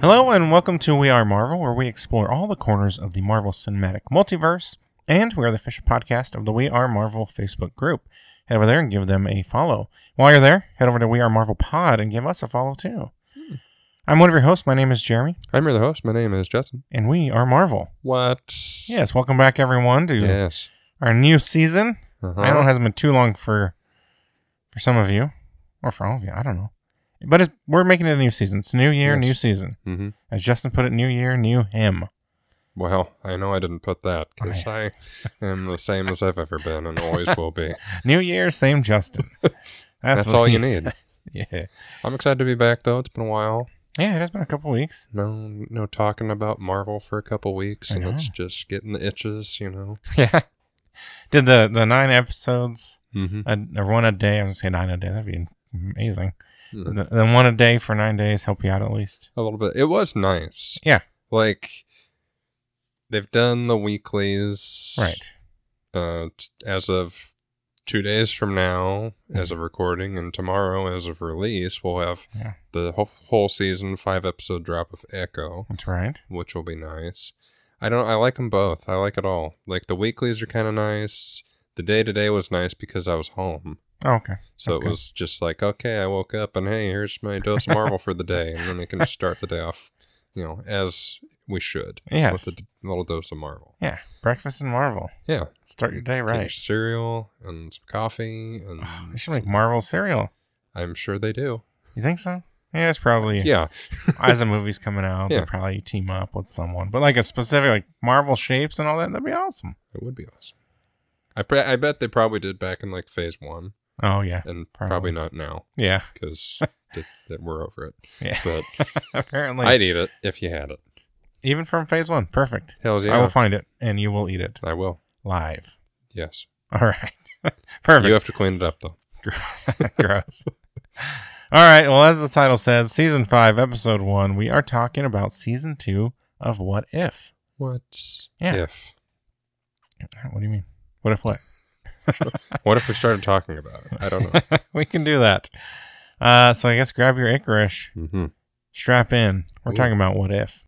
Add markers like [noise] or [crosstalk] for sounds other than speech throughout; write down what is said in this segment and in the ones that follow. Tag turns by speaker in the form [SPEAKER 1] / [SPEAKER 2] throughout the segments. [SPEAKER 1] Hello and welcome to We Are Marvel, where we explore all the corners of the Marvel Cinematic Multiverse, and we are the official podcast of the We Are Marvel Facebook group. Head over there and give them a follow. While you're there, head over to We Are Marvel Pod and give us a follow too. I'm one of your hosts. My name is Jeremy,
[SPEAKER 2] I'm your host. My name is Jetson.
[SPEAKER 1] and we are Marvel.
[SPEAKER 2] What?
[SPEAKER 1] Yes, welcome back everyone to
[SPEAKER 2] Yes.
[SPEAKER 1] our new season.
[SPEAKER 2] Uh-huh.
[SPEAKER 1] I know it hasn't been too long for for some of you, or for all of you. I don't know, but it's, we're making it a new season. It's a new year,
[SPEAKER 2] Yes.
[SPEAKER 1] new season.
[SPEAKER 2] hmm
[SPEAKER 1] As Justin put it, new year, new him.
[SPEAKER 2] Well, I know I didn't put that because I am the same as I've ever been and always
[SPEAKER 1] [laughs]
[SPEAKER 2] will be.
[SPEAKER 1] New Year, same
[SPEAKER 2] [laughs]
[SPEAKER 1] Justin.
[SPEAKER 2] That's,
[SPEAKER 1] what
[SPEAKER 2] all you
[SPEAKER 1] he said.
[SPEAKER 2] need.
[SPEAKER 1] Yeah,
[SPEAKER 2] I'm excited to be back though. It's been a while.
[SPEAKER 1] yeah. It has been a couple weeks.
[SPEAKER 2] No, no talking about Marvel for a couple weeks,
[SPEAKER 1] I
[SPEAKER 2] and
[SPEAKER 1] know.
[SPEAKER 2] it's just getting the itches, you know.
[SPEAKER 1] Yeah. Did the the nine episodes,
[SPEAKER 2] Mm-hmm.
[SPEAKER 1] a, or one a day? I'm gonna say nine a day. That'd be amazing. Th- Then one a day for nine days, help you out at least.
[SPEAKER 2] a little bit. It was nice.
[SPEAKER 1] Yeah.
[SPEAKER 2] Like they've done the weeklies,
[SPEAKER 1] Right.
[SPEAKER 2] uh, t- as of two days from now,
[SPEAKER 1] Mm.
[SPEAKER 2] as of recording, and tomorrow, as of release, we'll have
[SPEAKER 1] Yeah.
[SPEAKER 2] the whole, whole season five episode drop of Echo,
[SPEAKER 1] That's right.
[SPEAKER 2] which will be nice. I don't. I like them both. I like it all. Like the weeklies are kind of nice. The day to day was nice because I was home,
[SPEAKER 1] Oh, okay.
[SPEAKER 2] so
[SPEAKER 1] That's
[SPEAKER 2] it
[SPEAKER 1] good.
[SPEAKER 2] was just like, okay, I woke up and hey, here's my dose of Marvel for the day, and then I can start the day off, you know, as we should
[SPEAKER 1] Yes.
[SPEAKER 2] with a d- little dose of Marvel.
[SPEAKER 1] yeah. Breakfast and Marvel.
[SPEAKER 2] Yeah,
[SPEAKER 1] Start your day
[SPEAKER 2] Get your
[SPEAKER 1] right.
[SPEAKER 2] cereal and some coffee and
[SPEAKER 1] Oh, they should
[SPEAKER 2] some-
[SPEAKER 1] make Marvel cereal.
[SPEAKER 2] I'm sure they do.
[SPEAKER 1] You think so? Yeah, it's probably
[SPEAKER 2] Yeah.
[SPEAKER 1] [laughs] as the movie's coming out,
[SPEAKER 2] Yeah.
[SPEAKER 1] they'll probably team up with someone. But like a specific like Marvel shapes and all that, that'd be awesome.
[SPEAKER 2] It would be awesome. I pre- I bet they probably did back in like phase one,
[SPEAKER 1] Oh yeah.
[SPEAKER 2] and
[SPEAKER 1] Probably.
[SPEAKER 2] probably, not now
[SPEAKER 1] Yeah. [laughs]
[SPEAKER 2] because that we're over it.
[SPEAKER 1] Yeah. [laughs]
[SPEAKER 2] But
[SPEAKER 1] Apparently
[SPEAKER 2] I'd eat it if you had it.
[SPEAKER 1] even from phase one. Perfect.
[SPEAKER 2] Hell's yeah,
[SPEAKER 1] I will find it and you will eat it
[SPEAKER 2] I will.
[SPEAKER 1] live. [laughs]
[SPEAKER 2] Yes,
[SPEAKER 1] All right. [laughs]
[SPEAKER 2] you
[SPEAKER 1] Perfect.
[SPEAKER 2] have to clean it up though.
[SPEAKER 1] [laughs] Gross. All right. Well, as the title says, season five, episode one, we are talking about season two of What If.
[SPEAKER 2] What
[SPEAKER 1] Yeah.
[SPEAKER 2] if?
[SPEAKER 1] What do you mean? What if what? [laughs]
[SPEAKER 2] What if we started talking about it? I don't
[SPEAKER 1] [laughs]
[SPEAKER 2] know.
[SPEAKER 1] we can do that. Uh, so I guess grab your Icarus,
[SPEAKER 2] mm-hmm.
[SPEAKER 1] strap in. We're
[SPEAKER 2] Ooh.
[SPEAKER 1] talking about What If.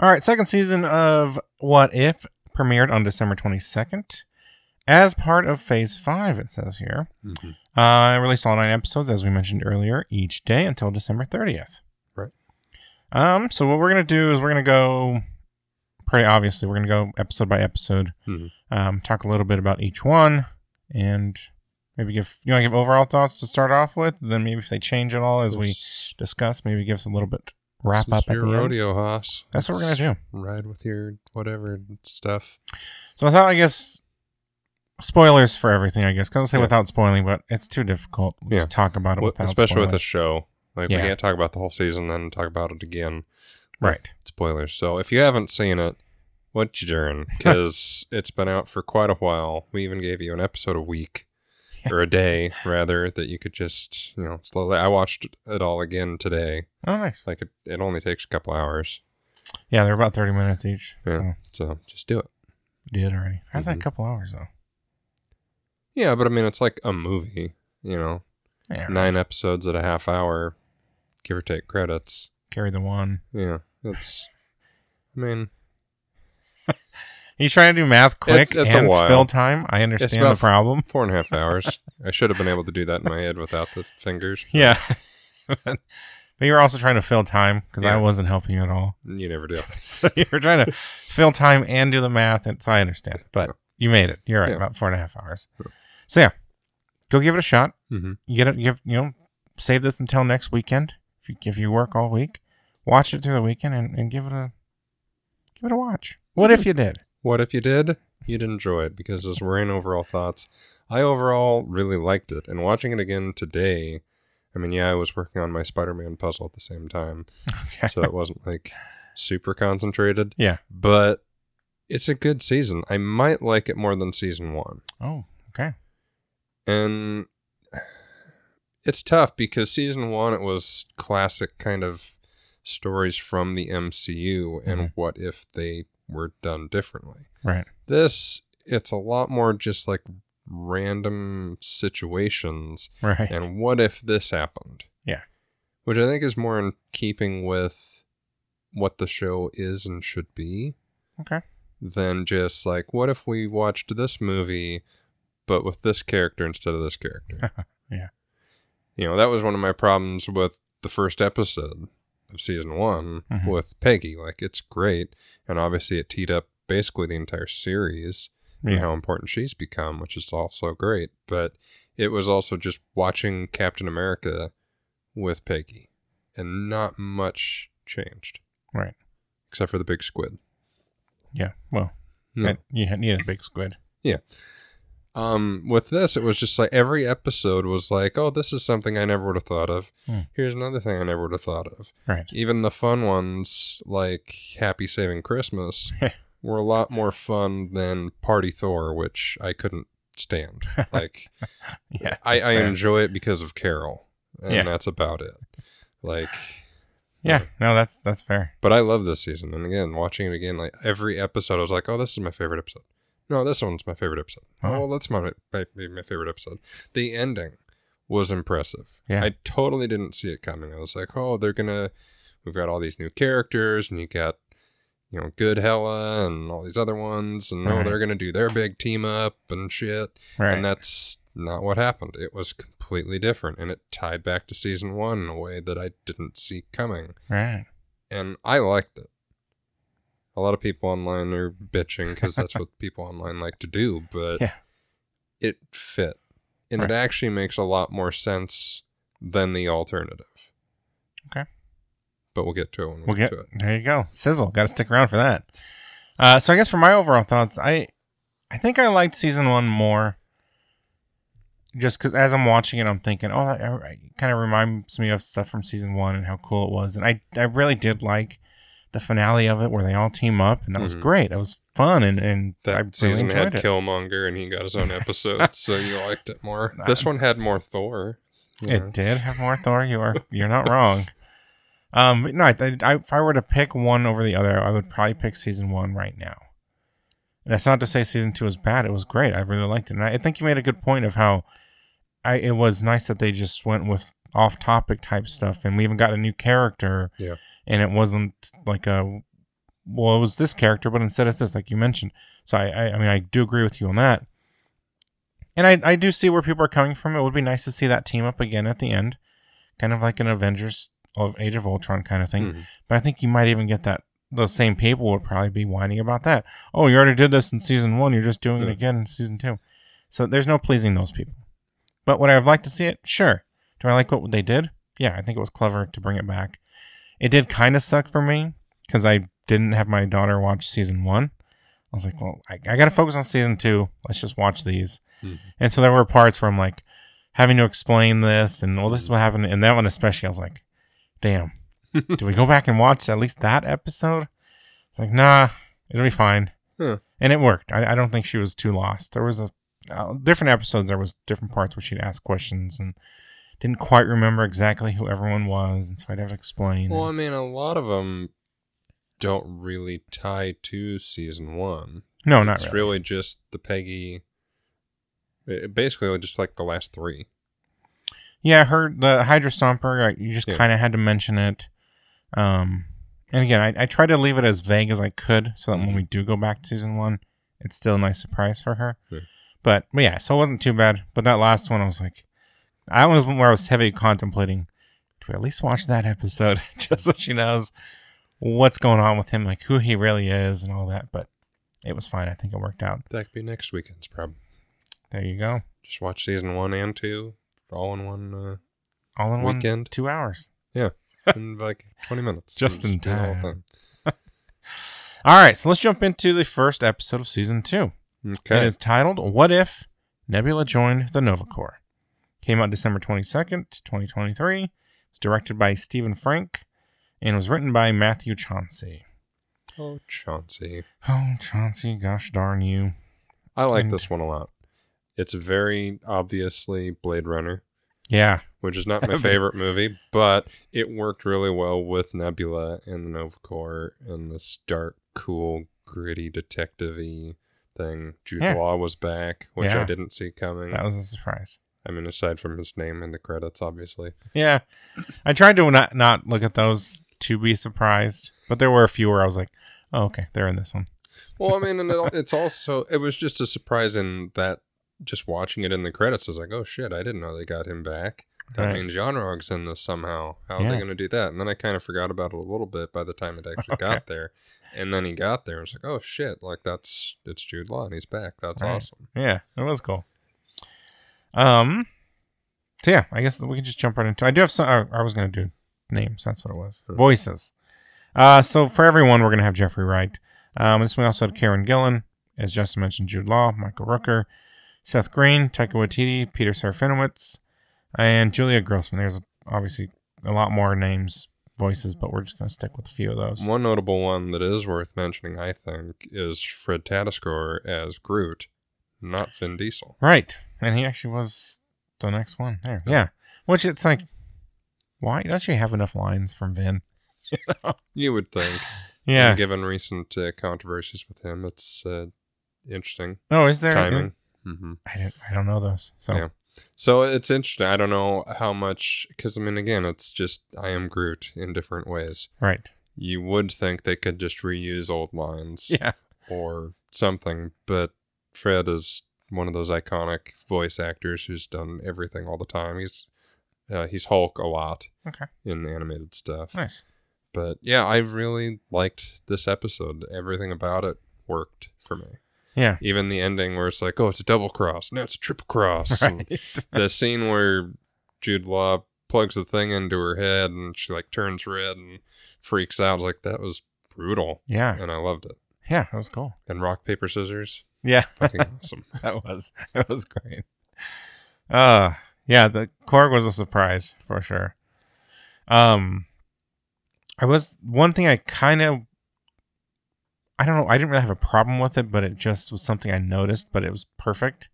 [SPEAKER 1] All right, second season of What If premiered on December 22nd as part of Phase 5, it says here.
[SPEAKER 2] Mm-hmm.
[SPEAKER 1] Uh, released all nine episodes, as we mentioned earlier, each day until December 30th.
[SPEAKER 2] Right.
[SPEAKER 1] Um. So, what we're going to do is we're going to go pretty obviously, we're going to go episode by episode,
[SPEAKER 2] Mhm.
[SPEAKER 1] um, talk a little bit about each one, and maybe give, you want to give overall thoughts to start off with, then maybe if they change at all as we discuss, maybe give us a little bit wrap up at
[SPEAKER 2] your
[SPEAKER 1] the end.
[SPEAKER 2] rodeo hoss.
[SPEAKER 1] That's what we're going to do.
[SPEAKER 2] Ride with your whatever stuff.
[SPEAKER 1] So without, I guess, spoilers for everything. I guess because I'll say
[SPEAKER 2] Yeah.
[SPEAKER 1] without spoiling, but it's too difficult
[SPEAKER 2] Yeah.
[SPEAKER 1] to talk about it
[SPEAKER 2] Well,
[SPEAKER 1] without,
[SPEAKER 2] especially with a
[SPEAKER 1] spoiling.
[SPEAKER 2] show. Like
[SPEAKER 1] Yeah.
[SPEAKER 2] we can't talk about the whole season and talk about it again. with
[SPEAKER 1] right.
[SPEAKER 2] Spoilers. So if you haven't seen it, what
[SPEAKER 1] [laughs]
[SPEAKER 2] you doing? Because it's been out for quite a while. We even gave you an episode a week or a day rather that you could just you know slowly. I watched it all again today.
[SPEAKER 1] Oh, nice.
[SPEAKER 2] Like it, it only takes a couple hours.
[SPEAKER 1] Yeah, they're about thirty minutes each.
[SPEAKER 2] Yeah.
[SPEAKER 1] So
[SPEAKER 2] So just do it.
[SPEAKER 1] did already. How's that
[SPEAKER 2] Mhm.
[SPEAKER 1] couple hours though?
[SPEAKER 2] Yeah, but I mean it's like a movie. You know,
[SPEAKER 1] Yeah.
[SPEAKER 2] nine episodes at a half hour, give or take credits.
[SPEAKER 1] Carry the one.
[SPEAKER 2] Yeah, it's. I mean,
[SPEAKER 1] He's trying to do math quick
[SPEAKER 2] It's- it's a
[SPEAKER 1] and
[SPEAKER 2] while.
[SPEAKER 1] fill time. I understand the
[SPEAKER 2] about-
[SPEAKER 1] problem. [laughs]
[SPEAKER 2] four and a half hours. I should have been able to do that in my head without the fingers. [laughs]
[SPEAKER 1] Yeah. but you were also trying to fill time because I
[SPEAKER 2] Yeah.
[SPEAKER 1] wasn't helping you at all. [laughs]
[SPEAKER 2] You never do.
[SPEAKER 1] so you were
[SPEAKER 2] [laughs]
[SPEAKER 1] trying to fill time and do the math, and so I understand. But you made it. You're right.
[SPEAKER 2] Yeah.
[SPEAKER 1] About four and a half hours.
[SPEAKER 2] Yeah.
[SPEAKER 1] So yeah, go give it a shot.
[SPEAKER 2] Mm-hmm.
[SPEAKER 1] You get it. Give you know, save this until next weekend. If you if you work all week, watch it through the weekend and, and give it a give it a watch. What if you did?
[SPEAKER 2] What if you did? You'd enjoy it because as we're in overall thoughts, I overall really liked it. And watching it again today, I I mean, yeah, I was working on my Spider-Man puzzle at the same time,
[SPEAKER 1] [laughs] Okay.
[SPEAKER 2] so it wasn't like super concentrated.
[SPEAKER 1] Yeah.
[SPEAKER 2] but it's a good season. I might like it more than season one,
[SPEAKER 1] Oh, okay.
[SPEAKER 2] and it's tough because season one it was classic kind of stories from the MCU, and what if they were done differently?
[SPEAKER 1] Right.
[SPEAKER 2] This it's a lot more just like random situations
[SPEAKER 1] Right.
[SPEAKER 2] and what if this happened?
[SPEAKER 1] Yeah.
[SPEAKER 2] Which I think is more in keeping with what the show is and should be
[SPEAKER 1] okay.
[SPEAKER 2] than just like, what if we watched this movie but with this character instead of this character?
[SPEAKER 1] [laughs] Yeah.
[SPEAKER 2] You know, that was one of my problems with the first episode of season one
[SPEAKER 1] Mhm.
[SPEAKER 2] with Peggy. Like, it's great. And obviously, it teed up basically the entire series and
[SPEAKER 1] Yeah.
[SPEAKER 2] how important she's become, which is also great. But it was also just watching Captain America with Peggy, and not much changed.
[SPEAKER 1] Right.
[SPEAKER 2] Except for the big squid.
[SPEAKER 1] Yeah. Well,
[SPEAKER 2] Yeah.
[SPEAKER 1] that- you had- needed a big squid.
[SPEAKER 2] Um, with this, it was just like every episode was like, oh, this is something I never would have thought of.
[SPEAKER 1] Hmm.
[SPEAKER 2] Here's another thing I never would have thought of.
[SPEAKER 1] Right.
[SPEAKER 2] Even the fun ones, like Happy
[SPEAKER 1] [laughs]
[SPEAKER 2] Saving Christmas, were a lot more fun than Party Thor, which I couldn't
[SPEAKER 1] [laughs]
[SPEAKER 2] stand. Like,
[SPEAKER 1] Yeah.
[SPEAKER 2] I,
[SPEAKER 1] that's
[SPEAKER 2] I
[SPEAKER 1] fair.
[SPEAKER 2] enjoy it because of Carol, and
[SPEAKER 1] Yeah.
[SPEAKER 2] that's about it. Like,
[SPEAKER 1] Yeah. No, that's that's fair.
[SPEAKER 2] but I love this season, and again, watching it again, like every episode, I was like, "Oh, this is my favorite episode." No, this one's my favorite episode.
[SPEAKER 1] Wow.
[SPEAKER 2] Oh, well, that's my maybe my favorite episode. The ending was impressive.
[SPEAKER 1] Yeah.
[SPEAKER 2] I totally didn't see it coming. I was like, "Oh, they're gonna, we've got all these new characters, and you got." You know, good Hella and all these other ones, and oh,
[SPEAKER 1] Right.
[SPEAKER 2] they're gonna do their big team up and shit.
[SPEAKER 1] Right.
[SPEAKER 2] And that's not what happened. It was completely different, and it tied back to season one in a way that I didn't see coming.
[SPEAKER 1] right.
[SPEAKER 2] And I liked it. A lot of people online are bitching because
[SPEAKER 1] [laughs]
[SPEAKER 2] that's what people online like to do, but
[SPEAKER 1] Yeah.
[SPEAKER 2] it fit. And
[SPEAKER 1] Right.
[SPEAKER 2] it actually makes a lot more sense than the alternative.
[SPEAKER 1] Okay.
[SPEAKER 2] But we'll get to it when we
[SPEAKER 1] We'll
[SPEAKER 2] get,
[SPEAKER 1] get
[SPEAKER 2] to it.
[SPEAKER 1] there. You go. Sizzle. Got to stick around for that. Uh, so I guess for my overall thoughts, I I think I liked season one more. Just because as I'm watching it, I'm thinking, oh, that kind of reminds me of stuff from season one and how cool it was. And I I really did like the finale of it where they all team up, and that was
[SPEAKER 2] Mhm.
[SPEAKER 1] great. That was fun, and and
[SPEAKER 2] That
[SPEAKER 1] I really
[SPEAKER 2] season
[SPEAKER 1] enjoyed
[SPEAKER 2] had
[SPEAKER 1] it.
[SPEAKER 2] Killmonger and he got his
[SPEAKER 1] [laughs]
[SPEAKER 2] own episode, so you liked it more.
[SPEAKER 1] Nah.
[SPEAKER 2] This one had more Thor. you know.
[SPEAKER 1] It did have more Thor. You are you're not wrong. Um, but no, I, I, if I were to pick one over the other, I would probably pick season one right now. And that's not to say season two was bad. It was great. I really liked it, and I, I think you made a good point of how I it was nice that they just went with off topic type stuff, and we even got a new character.
[SPEAKER 2] Yeah.
[SPEAKER 1] and it wasn't like a well, it was this character, but instead it's this, like you mentioned. So I, I, I mean, I do agree with you on that. And I, I do see where people are coming from. It would be nice to see that team up again at the end, kind of like an Avengers of Age of Ultron kind of thing.
[SPEAKER 2] Mhm.
[SPEAKER 1] But I think you might even get that. Those same people would probably be whining about that. Oh, you already did this in season one. You're just doing it
[SPEAKER 2] Yeah.
[SPEAKER 1] again in season two. So there's no pleasing those people. But would I have liked to see it? Sure. Do I like what they did? Yeah, I think it was clever to bring it back. It did kind of suck for me because I didn't have my daughter watch season one. I was like, well, I, I got to focus on season two. Let's just watch these.
[SPEAKER 2] Mhm.
[SPEAKER 1] And so there were parts where I'm like having to explain this and, well, this is what happened. And that one, especially, I was like, damn, do we go back and watch at least that episode? It's like, nah, it'll be fine.
[SPEAKER 2] Huh.
[SPEAKER 1] And it worked. I, I don't think she was too lost. There was a uh, different episodes. There was different parts where she'd ask questions and didn't quite remember exactly who everyone was, and so I'd have to explain.
[SPEAKER 2] Well, I mean, a lot of them don't really tie to season one.
[SPEAKER 1] no, Oh, not
[SPEAKER 2] it's
[SPEAKER 1] really.
[SPEAKER 2] really. just the Peggy. it- Basically, just like the last three.
[SPEAKER 1] Yeah, I heard the Hydra Stomper. like, You just
[SPEAKER 2] Yeah.
[SPEAKER 1] kind of had to mention it. Um, and again, I, I tried to leave it as vague as I could, so that
[SPEAKER 2] Mm-hmm.
[SPEAKER 1] when we do go back to season one, it's still a nice surprise for her.
[SPEAKER 2] Yeah.
[SPEAKER 1] But, but yeah, so it wasn't too bad. But that last one, I was like, I was where I was heavy contemplating. Do we at least watch that episode [laughs] just so she knows what's going on with him, like who he really is, and all that? But it was fine. I think it worked out.
[SPEAKER 2] That could be next weekend's problem.
[SPEAKER 1] There you go.
[SPEAKER 2] Just watch season one and two, all in one, uh,
[SPEAKER 1] All in one,
[SPEAKER 2] Weekend.
[SPEAKER 1] two hours.
[SPEAKER 2] in like twenty minutes.
[SPEAKER 1] Just in
[SPEAKER 2] do the whole
[SPEAKER 1] time. All right, so let's jump into the first episode of season two.
[SPEAKER 2] thing.
[SPEAKER 1] It
[SPEAKER 2] Okay.
[SPEAKER 1] is titled "What If Nebula Joined the Nova Corps." Came out December 22nd, 2023. It was directed by Stephen Frank and was written by Matthew Chauncey.
[SPEAKER 2] Oh, Chauncey.
[SPEAKER 1] Oh, Chauncey, gosh darn you.
[SPEAKER 2] I like
[SPEAKER 1] And-
[SPEAKER 2] this one a lot. It's very obviously Blade Runner,
[SPEAKER 1] Yeah.
[SPEAKER 2] which
[SPEAKER 1] [laughs]
[SPEAKER 2] is not my favorite movie, but it worked really well with Nebula and the Nova Corps and this dark, cool, gritty detective-y thing. Jude
[SPEAKER 1] Yeah.
[SPEAKER 2] Law was back, which
[SPEAKER 1] Yeah.
[SPEAKER 2] I didn't see coming.
[SPEAKER 1] That was a surprise.
[SPEAKER 2] I mean, aside from his name in the credits, obviously.
[SPEAKER 1] Yeah. I tried to not, not look at those to be surprised, but there were a few where I was like, oh, okay, they're in this one.
[SPEAKER 2] Well, I mean, and it, it's also it was just a surprise in that just watching it in the credits I was like, oh shit, I didn't know they got him back. That
[SPEAKER 1] Right.
[SPEAKER 2] means John Rog's in this somehow. How are
[SPEAKER 1] Yeah.
[SPEAKER 2] they going to do that? And then I kind of forgot about it a little bit by the
[SPEAKER 1] [laughs]
[SPEAKER 2] time it actually
[SPEAKER 1] Okay.
[SPEAKER 2] got there. And then he got there. I was like, oh shit, like that's it's Jude Law and he's back. That's
[SPEAKER 1] Right.
[SPEAKER 2] awesome.
[SPEAKER 1] Yeah, it was cool. Um, so yeah, I guess we can just jump right into. I do have some. Uh, I was gonna do names. That's what it was.
[SPEAKER 2] Sure.
[SPEAKER 1] Voices. Uh, so for everyone, we're gonna have Jeffrey Wright. Um, this we also had Karen Gillan, as Justin mentioned, Jude Law, Michael Rooker, Seth Green, Taika Waititi, Peter Serafinowicz, and Julia Grossman. There's obviously a lot more names, voices, but we're just gonna stick with a few of those.
[SPEAKER 2] One notable one that is worth mentioning, I think, is Fred Tatasciore as Groot, not Vin Diesel.
[SPEAKER 1] Right. And he actually was the next one there. Yeah. Which it's like, why don't you have enough lines from Vin?
[SPEAKER 2] You would think.
[SPEAKER 1] [sighs] Yeah.
[SPEAKER 2] And given recent uh, controversies with him, it's uh, interesting.
[SPEAKER 1] Oh, is there?
[SPEAKER 2] timing. Mm-hmm.
[SPEAKER 1] I, don't, I don't know those. So,
[SPEAKER 2] Yeah. So it's interesting. I don't know how much, because I mean, again, it's just I am Groot in different ways.
[SPEAKER 1] right.
[SPEAKER 2] You would think they could just reuse old lines
[SPEAKER 1] Yeah.
[SPEAKER 2] or something, but Fred is one of those iconic voice actors who's done everything all the time. He's uh, he's Hulk a lot
[SPEAKER 1] Okay.
[SPEAKER 2] in the animated stuff.
[SPEAKER 1] Nice.
[SPEAKER 2] But yeah, I really liked this episode. Everything about it worked for me.
[SPEAKER 1] Yeah.
[SPEAKER 2] Even the ending where it's like, oh, it's a double cross. No, it's a triple cross. and
[SPEAKER 1] [laughs] [laughs] Right.
[SPEAKER 2] the scene where Jude Law plugs the thing into her head and she like turns red and freaks out. Like that was brutal,
[SPEAKER 1] yeah.
[SPEAKER 2] and I loved it.
[SPEAKER 1] Yeah. That was cool.
[SPEAKER 2] And rock paper scissors,
[SPEAKER 1] Yeah. [laughs]
[SPEAKER 2] fucking awesome.
[SPEAKER 1] that was, that was great. Uh, yeah. The Korg was a surprise for sure. Um, I was one thing I kind of I don't know, I didn't really have a problem with it, but it just was something I noticed, but it was perfect,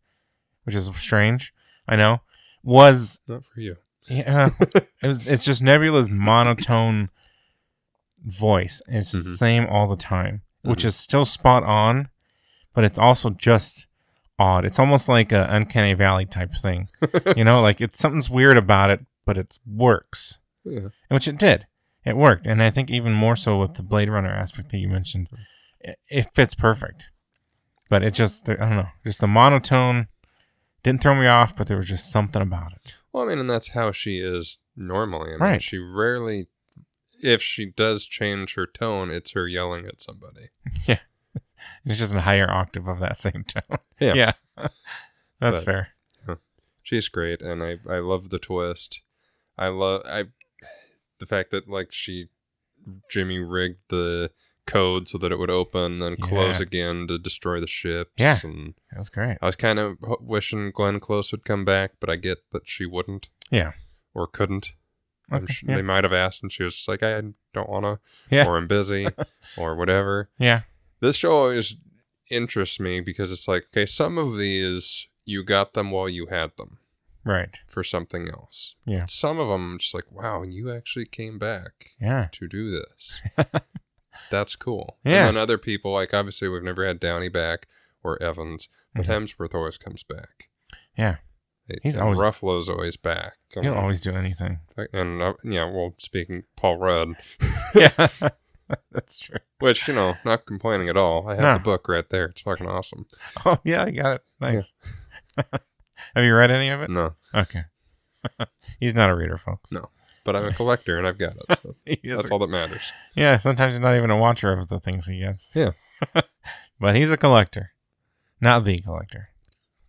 [SPEAKER 1] which is strange. I know. Was
[SPEAKER 2] Not for you.
[SPEAKER 1] yeah, uh, it was it's just Nebula's monotone voice and it's the
[SPEAKER 2] Mhm.
[SPEAKER 1] same all the time, which is still spot on, but it's also just odd. It's almost like a uncanny valley type thing. you know, like it's something's weird about it, but it works
[SPEAKER 2] Yeah.
[SPEAKER 1] which it did. It worked, and I think even more so with the Blade Runner aspect that you mentioned, it, it fits perfect. But it just, I don't know, just the monotone didn't throw me off, but there was just something about it.
[SPEAKER 2] Well, I mean, and that's how she is normally. I mean,
[SPEAKER 1] Right.
[SPEAKER 2] She rarely, if she does change her tone, it's her yelling at somebody.
[SPEAKER 1] It's just a higher octave of that [laughs] same tone.
[SPEAKER 2] Yeah.
[SPEAKER 1] [laughs] That's
[SPEAKER 2] But-
[SPEAKER 1] fair.
[SPEAKER 2] she's great and i i love the twist i love i the fact that like she jimmy rigged the code so that it would open then close
[SPEAKER 1] Yeah.
[SPEAKER 2] again to destroy the ships
[SPEAKER 1] Yeah.
[SPEAKER 2] and
[SPEAKER 1] That was great.
[SPEAKER 2] i was kind of ho- wishing glenn close would come back but i get that she wouldn't
[SPEAKER 1] Yeah.
[SPEAKER 2] or couldn't I'm
[SPEAKER 1] Okay,
[SPEAKER 2] su-
[SPEAKER 1] yeah.
[SPEAKER 2] they might have asked and she was just like i don't want to
[SPEAKER 1] Yeah.
[SPEAKER 2] or i'm
[SPEAKER 1] [laughs]
[SPEAKER 2] busy or whatever
[SPEAKER 1] yeah.
[SPEAKER 2] this show always interests me because it's like okay some of these you got them while you had them
[SPEAKER 1] Right.
[SPEAKER 2] for something else.
[SPEAKER 1] Yeah.
[SPEAKER 2] Some of them, I'm just like, wow, and you actually came back
[SPEAKER 1] Yeah.
[SPEAKER 2] to do
[SPEAKER 1] [laughs]
[SPEAKER 2] this. That's cool.
[SPEAKER 1] Yeah.
[SPEAKER 2] And then other people, like obviously we've never had Downey back or Evans, but Hemsworth always comes back.
[SPEAKER 1] Mm-hmm. Yeah.
[SPEAKER 2] It-
[SPEAKER 1] He's
[SPEAKER 2] and
[SPEAKER 1] always-
[SPEAKER 2] Ruffalo's always back. And,
[SPEAKER 1] You'll always do
[SPEAKER 2] [laughs]
[SPEAKER 1] anything. [laughs]
[SPEAKER 2] and uh, yeah, well, speaking Paul Rudd,
[SPEAKER 1] yeah. [laughs] That's true.
[SPEAKER 2] which you know, not complaining at all. I have
[SPEAKER 1] No.
[SPEAKER 2] the book right there. It's fucking awesome.
[SPEAKER 1] Oh, yeah. I got it. Nice. [laughs] have you read any of it?
[SPEAKER 2] No,
[SPEAKER 1] Okay. [laughs] He's not a reader, folks. [laughs]
[SPEAKER 2] but I'm a collector and I've got it. So
[SPEAKER 1] He is
[SPEAKER 2] that's all that matters.
[SPEAKER 1] Yeah, sometimes he's not even a watcher of the things he gets.
[SPEAKER 2] Yeah.
[SPEAKER 1] [laughs] but he's a collector, not the collector.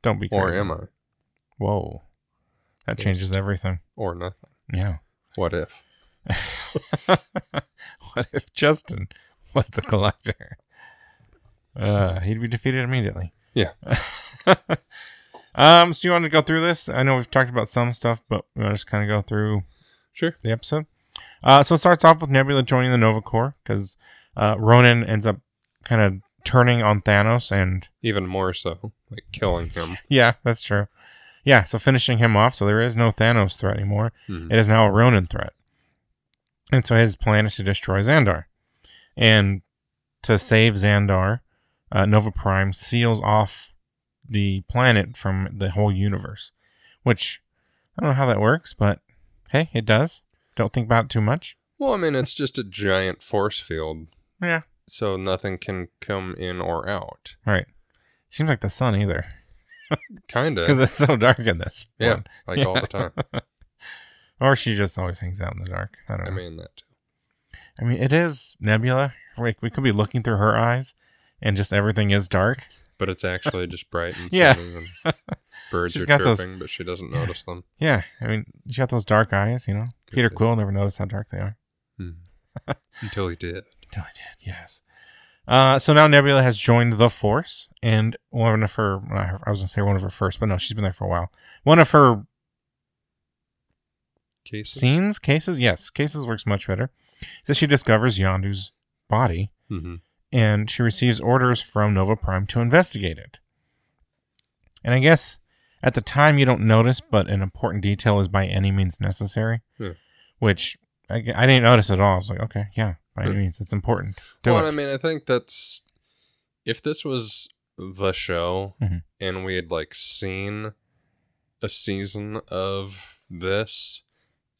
[SPEAKER 1] Don't be
[SPEAKER 2] Or
[SPEAKER 1] crazy.
[SPEAKER 2] am I?
[SPEAKER 1] Whoa, that changes everything.
[SPEAKER 2] Or nothing.
[SPEAKER 1] Yeah.
[SPEAKER 2] What if?
[SPEAKER 1] what if Justin was the collector? Uh, he'd be defeated immediately.
[SPEAKER 2] Yeah.
[SPEAKER 1] [laughs] Um, so you want to go through this? I know we've talked about some stuff, but we'll just kind of go through
[SPEAKER 2] Sure.
[SPEAKER 1] the episode. Uh, so it starts off with Nebula joining the Nova Corps because uh, Ronan ends up kind of turning on Thanos, and
[SPEAKER 2] Even more so, like
[SPEAKER 1] [laughs]
[SPEAKER 2] killing him.
[SPEAKER 1] yeah, that's true. Yeah, so finishing him off, so there is no Thanos threat anymore.
[SPEAKER 2] Mhm.
[SPEAKER 1] It is now a Ronin threat. And so his plan is to destroy Xandar. And to save Xandar, uh, Nova Prime seals off the planet from the whole universe, which I don't know how that works, but hey, it does. Don't think about it too much.
[SPEAKER 2] Well, I mean, it's just a giant force field.
[SPEAKER 1] Yeah.
[SPEAKER 2] So nothing can come in or out.
[SPEAKER 1] Right. Seems like the sun either,
[SPEAKER 2] Kind
[SPEAKER 1] because
[SPEAKER 2] of.
[SPEAKER 1] it's so dark in this.
[SPEAKER 2] Yeah,
[SPEAKER 1] one.
[SPEAKER 2] like
[SPEAKER 1] [laughs]
[SPEAKER 2] all the time.
[SPEAKER 1] Or she just always hangs out in the dark. I don't know.
[SPEAKER 2] I mean, that too.
[SPEAKER 1] I mean, it is Nebula. Like we could be looking through her eyes, and just everything is dark.
[SPEAKER 2] But it's actually just bright and
[SPEAKER 1] Yeah.
[SPEAKER 2] sunny and
[SPEAKER 1] [laughs]
[SPEAKER 2] birds
[SPEAKER 1] She's
[SPEAKER 2] are
[SPEAKER 1] got
[SPEAKER 2] chirping,
[SPEAKER 1] those-
[SPEAKER 2] but she doesn't
[SPEAKER 1] Yeah.
[SPEAKER 2] notice them.
[SPEAKER 1] Yeah, I mean, you got those dark eyes, you know.
[SPEAKER 2] Good
[SPEAKER 1] Peter
[SPEAKER 2] bit.
[SPEAKER 1] Quill never noticed how dark they are
[SPEAKER 2] Hmm. Until he did.
[SPEAKER 1] until he did. Yes. Uh, so now Nebula has joined the Force, and one of her, not her- I was gonna say one of her first, but no, she's been there for a while. One of her
[SPEAKER 2] Cases?
[SPEAKER 1] scenes, cases, yes, cases works much better. So she discovers Yondu's body,
[SPEAKER 2] Mhm.
[SPEAKER 1] and she receives orders from Nova Prime to investigate it. And I guess at the time you don't notice, but an important detail is by any means necessary,
[SPEAKER 2] Yeah.
[SPEAKER 1] which I, g- I didn't notice at all. I was like, okay, yeah, by any
[SPEAKER 2] Hmm.
[SPEAKER 1] means, it's important. Do
[SPEAKER 2] Well,
[SPEAKER 1] it.
[SPEAKER 2] I mean, I think that's if this was the show
[SPEAKER 1] Mhm.
[SPEAKER 2] and we had like seen a season of this,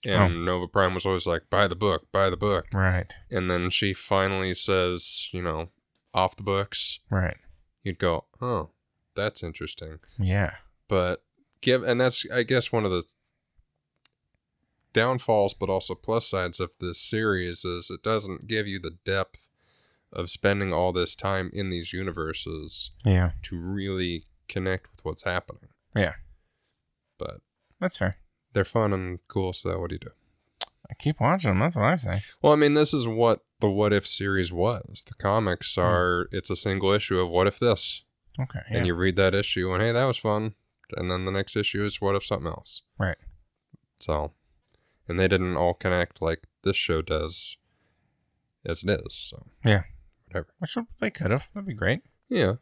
[SPEAKER 2] and
[SPEAKER 1] Oh.
[SPEAKER 2] Nova Prime was always like, "Buy the book, buy the book,"
[SPEAKER 1] right,
[SPEAKER 2] and then she finally says, "You know, off the books."
[SPEAKER 1] right,
[SPEAKER 2] You'd go, "Oh, that's interesting,"
[SPEAKER 1] yeah,
[SPEAKER 2] but give, and that's I guess one of the downfalls, but also plus sides of this series is it doesn't give you the depth of spending all this time in these universes
[SPEAKER 1] yeah,
[SPEAKER 2] to really connect with what's happening.
[SPEAKER 1] Yeah.
[SPEAKER 2] But
[SPEAKER 1] that's fair.
[SPEAKER 2] they're fun and cool, so what do you do?
[SPEAKER 1] I keep watching them. That's what I say.
[SPEAKER 2] Well, I mean, this is what the What If series was. The comics are, it's a single issue of What If This.
[SPEAKER 1] Okay, yeah.
[SPEAKER 2] And you read that issue, and hey, that was fun. And then the next issue is What If Something Else.
[SPEAKER 1] Right.
[SPEAKER 2] So, and they didn't all connect like this show does as it is. So,
[SPEAKER 1] which would- they could have. That'd be great.
[SPEAKER 2] yeah.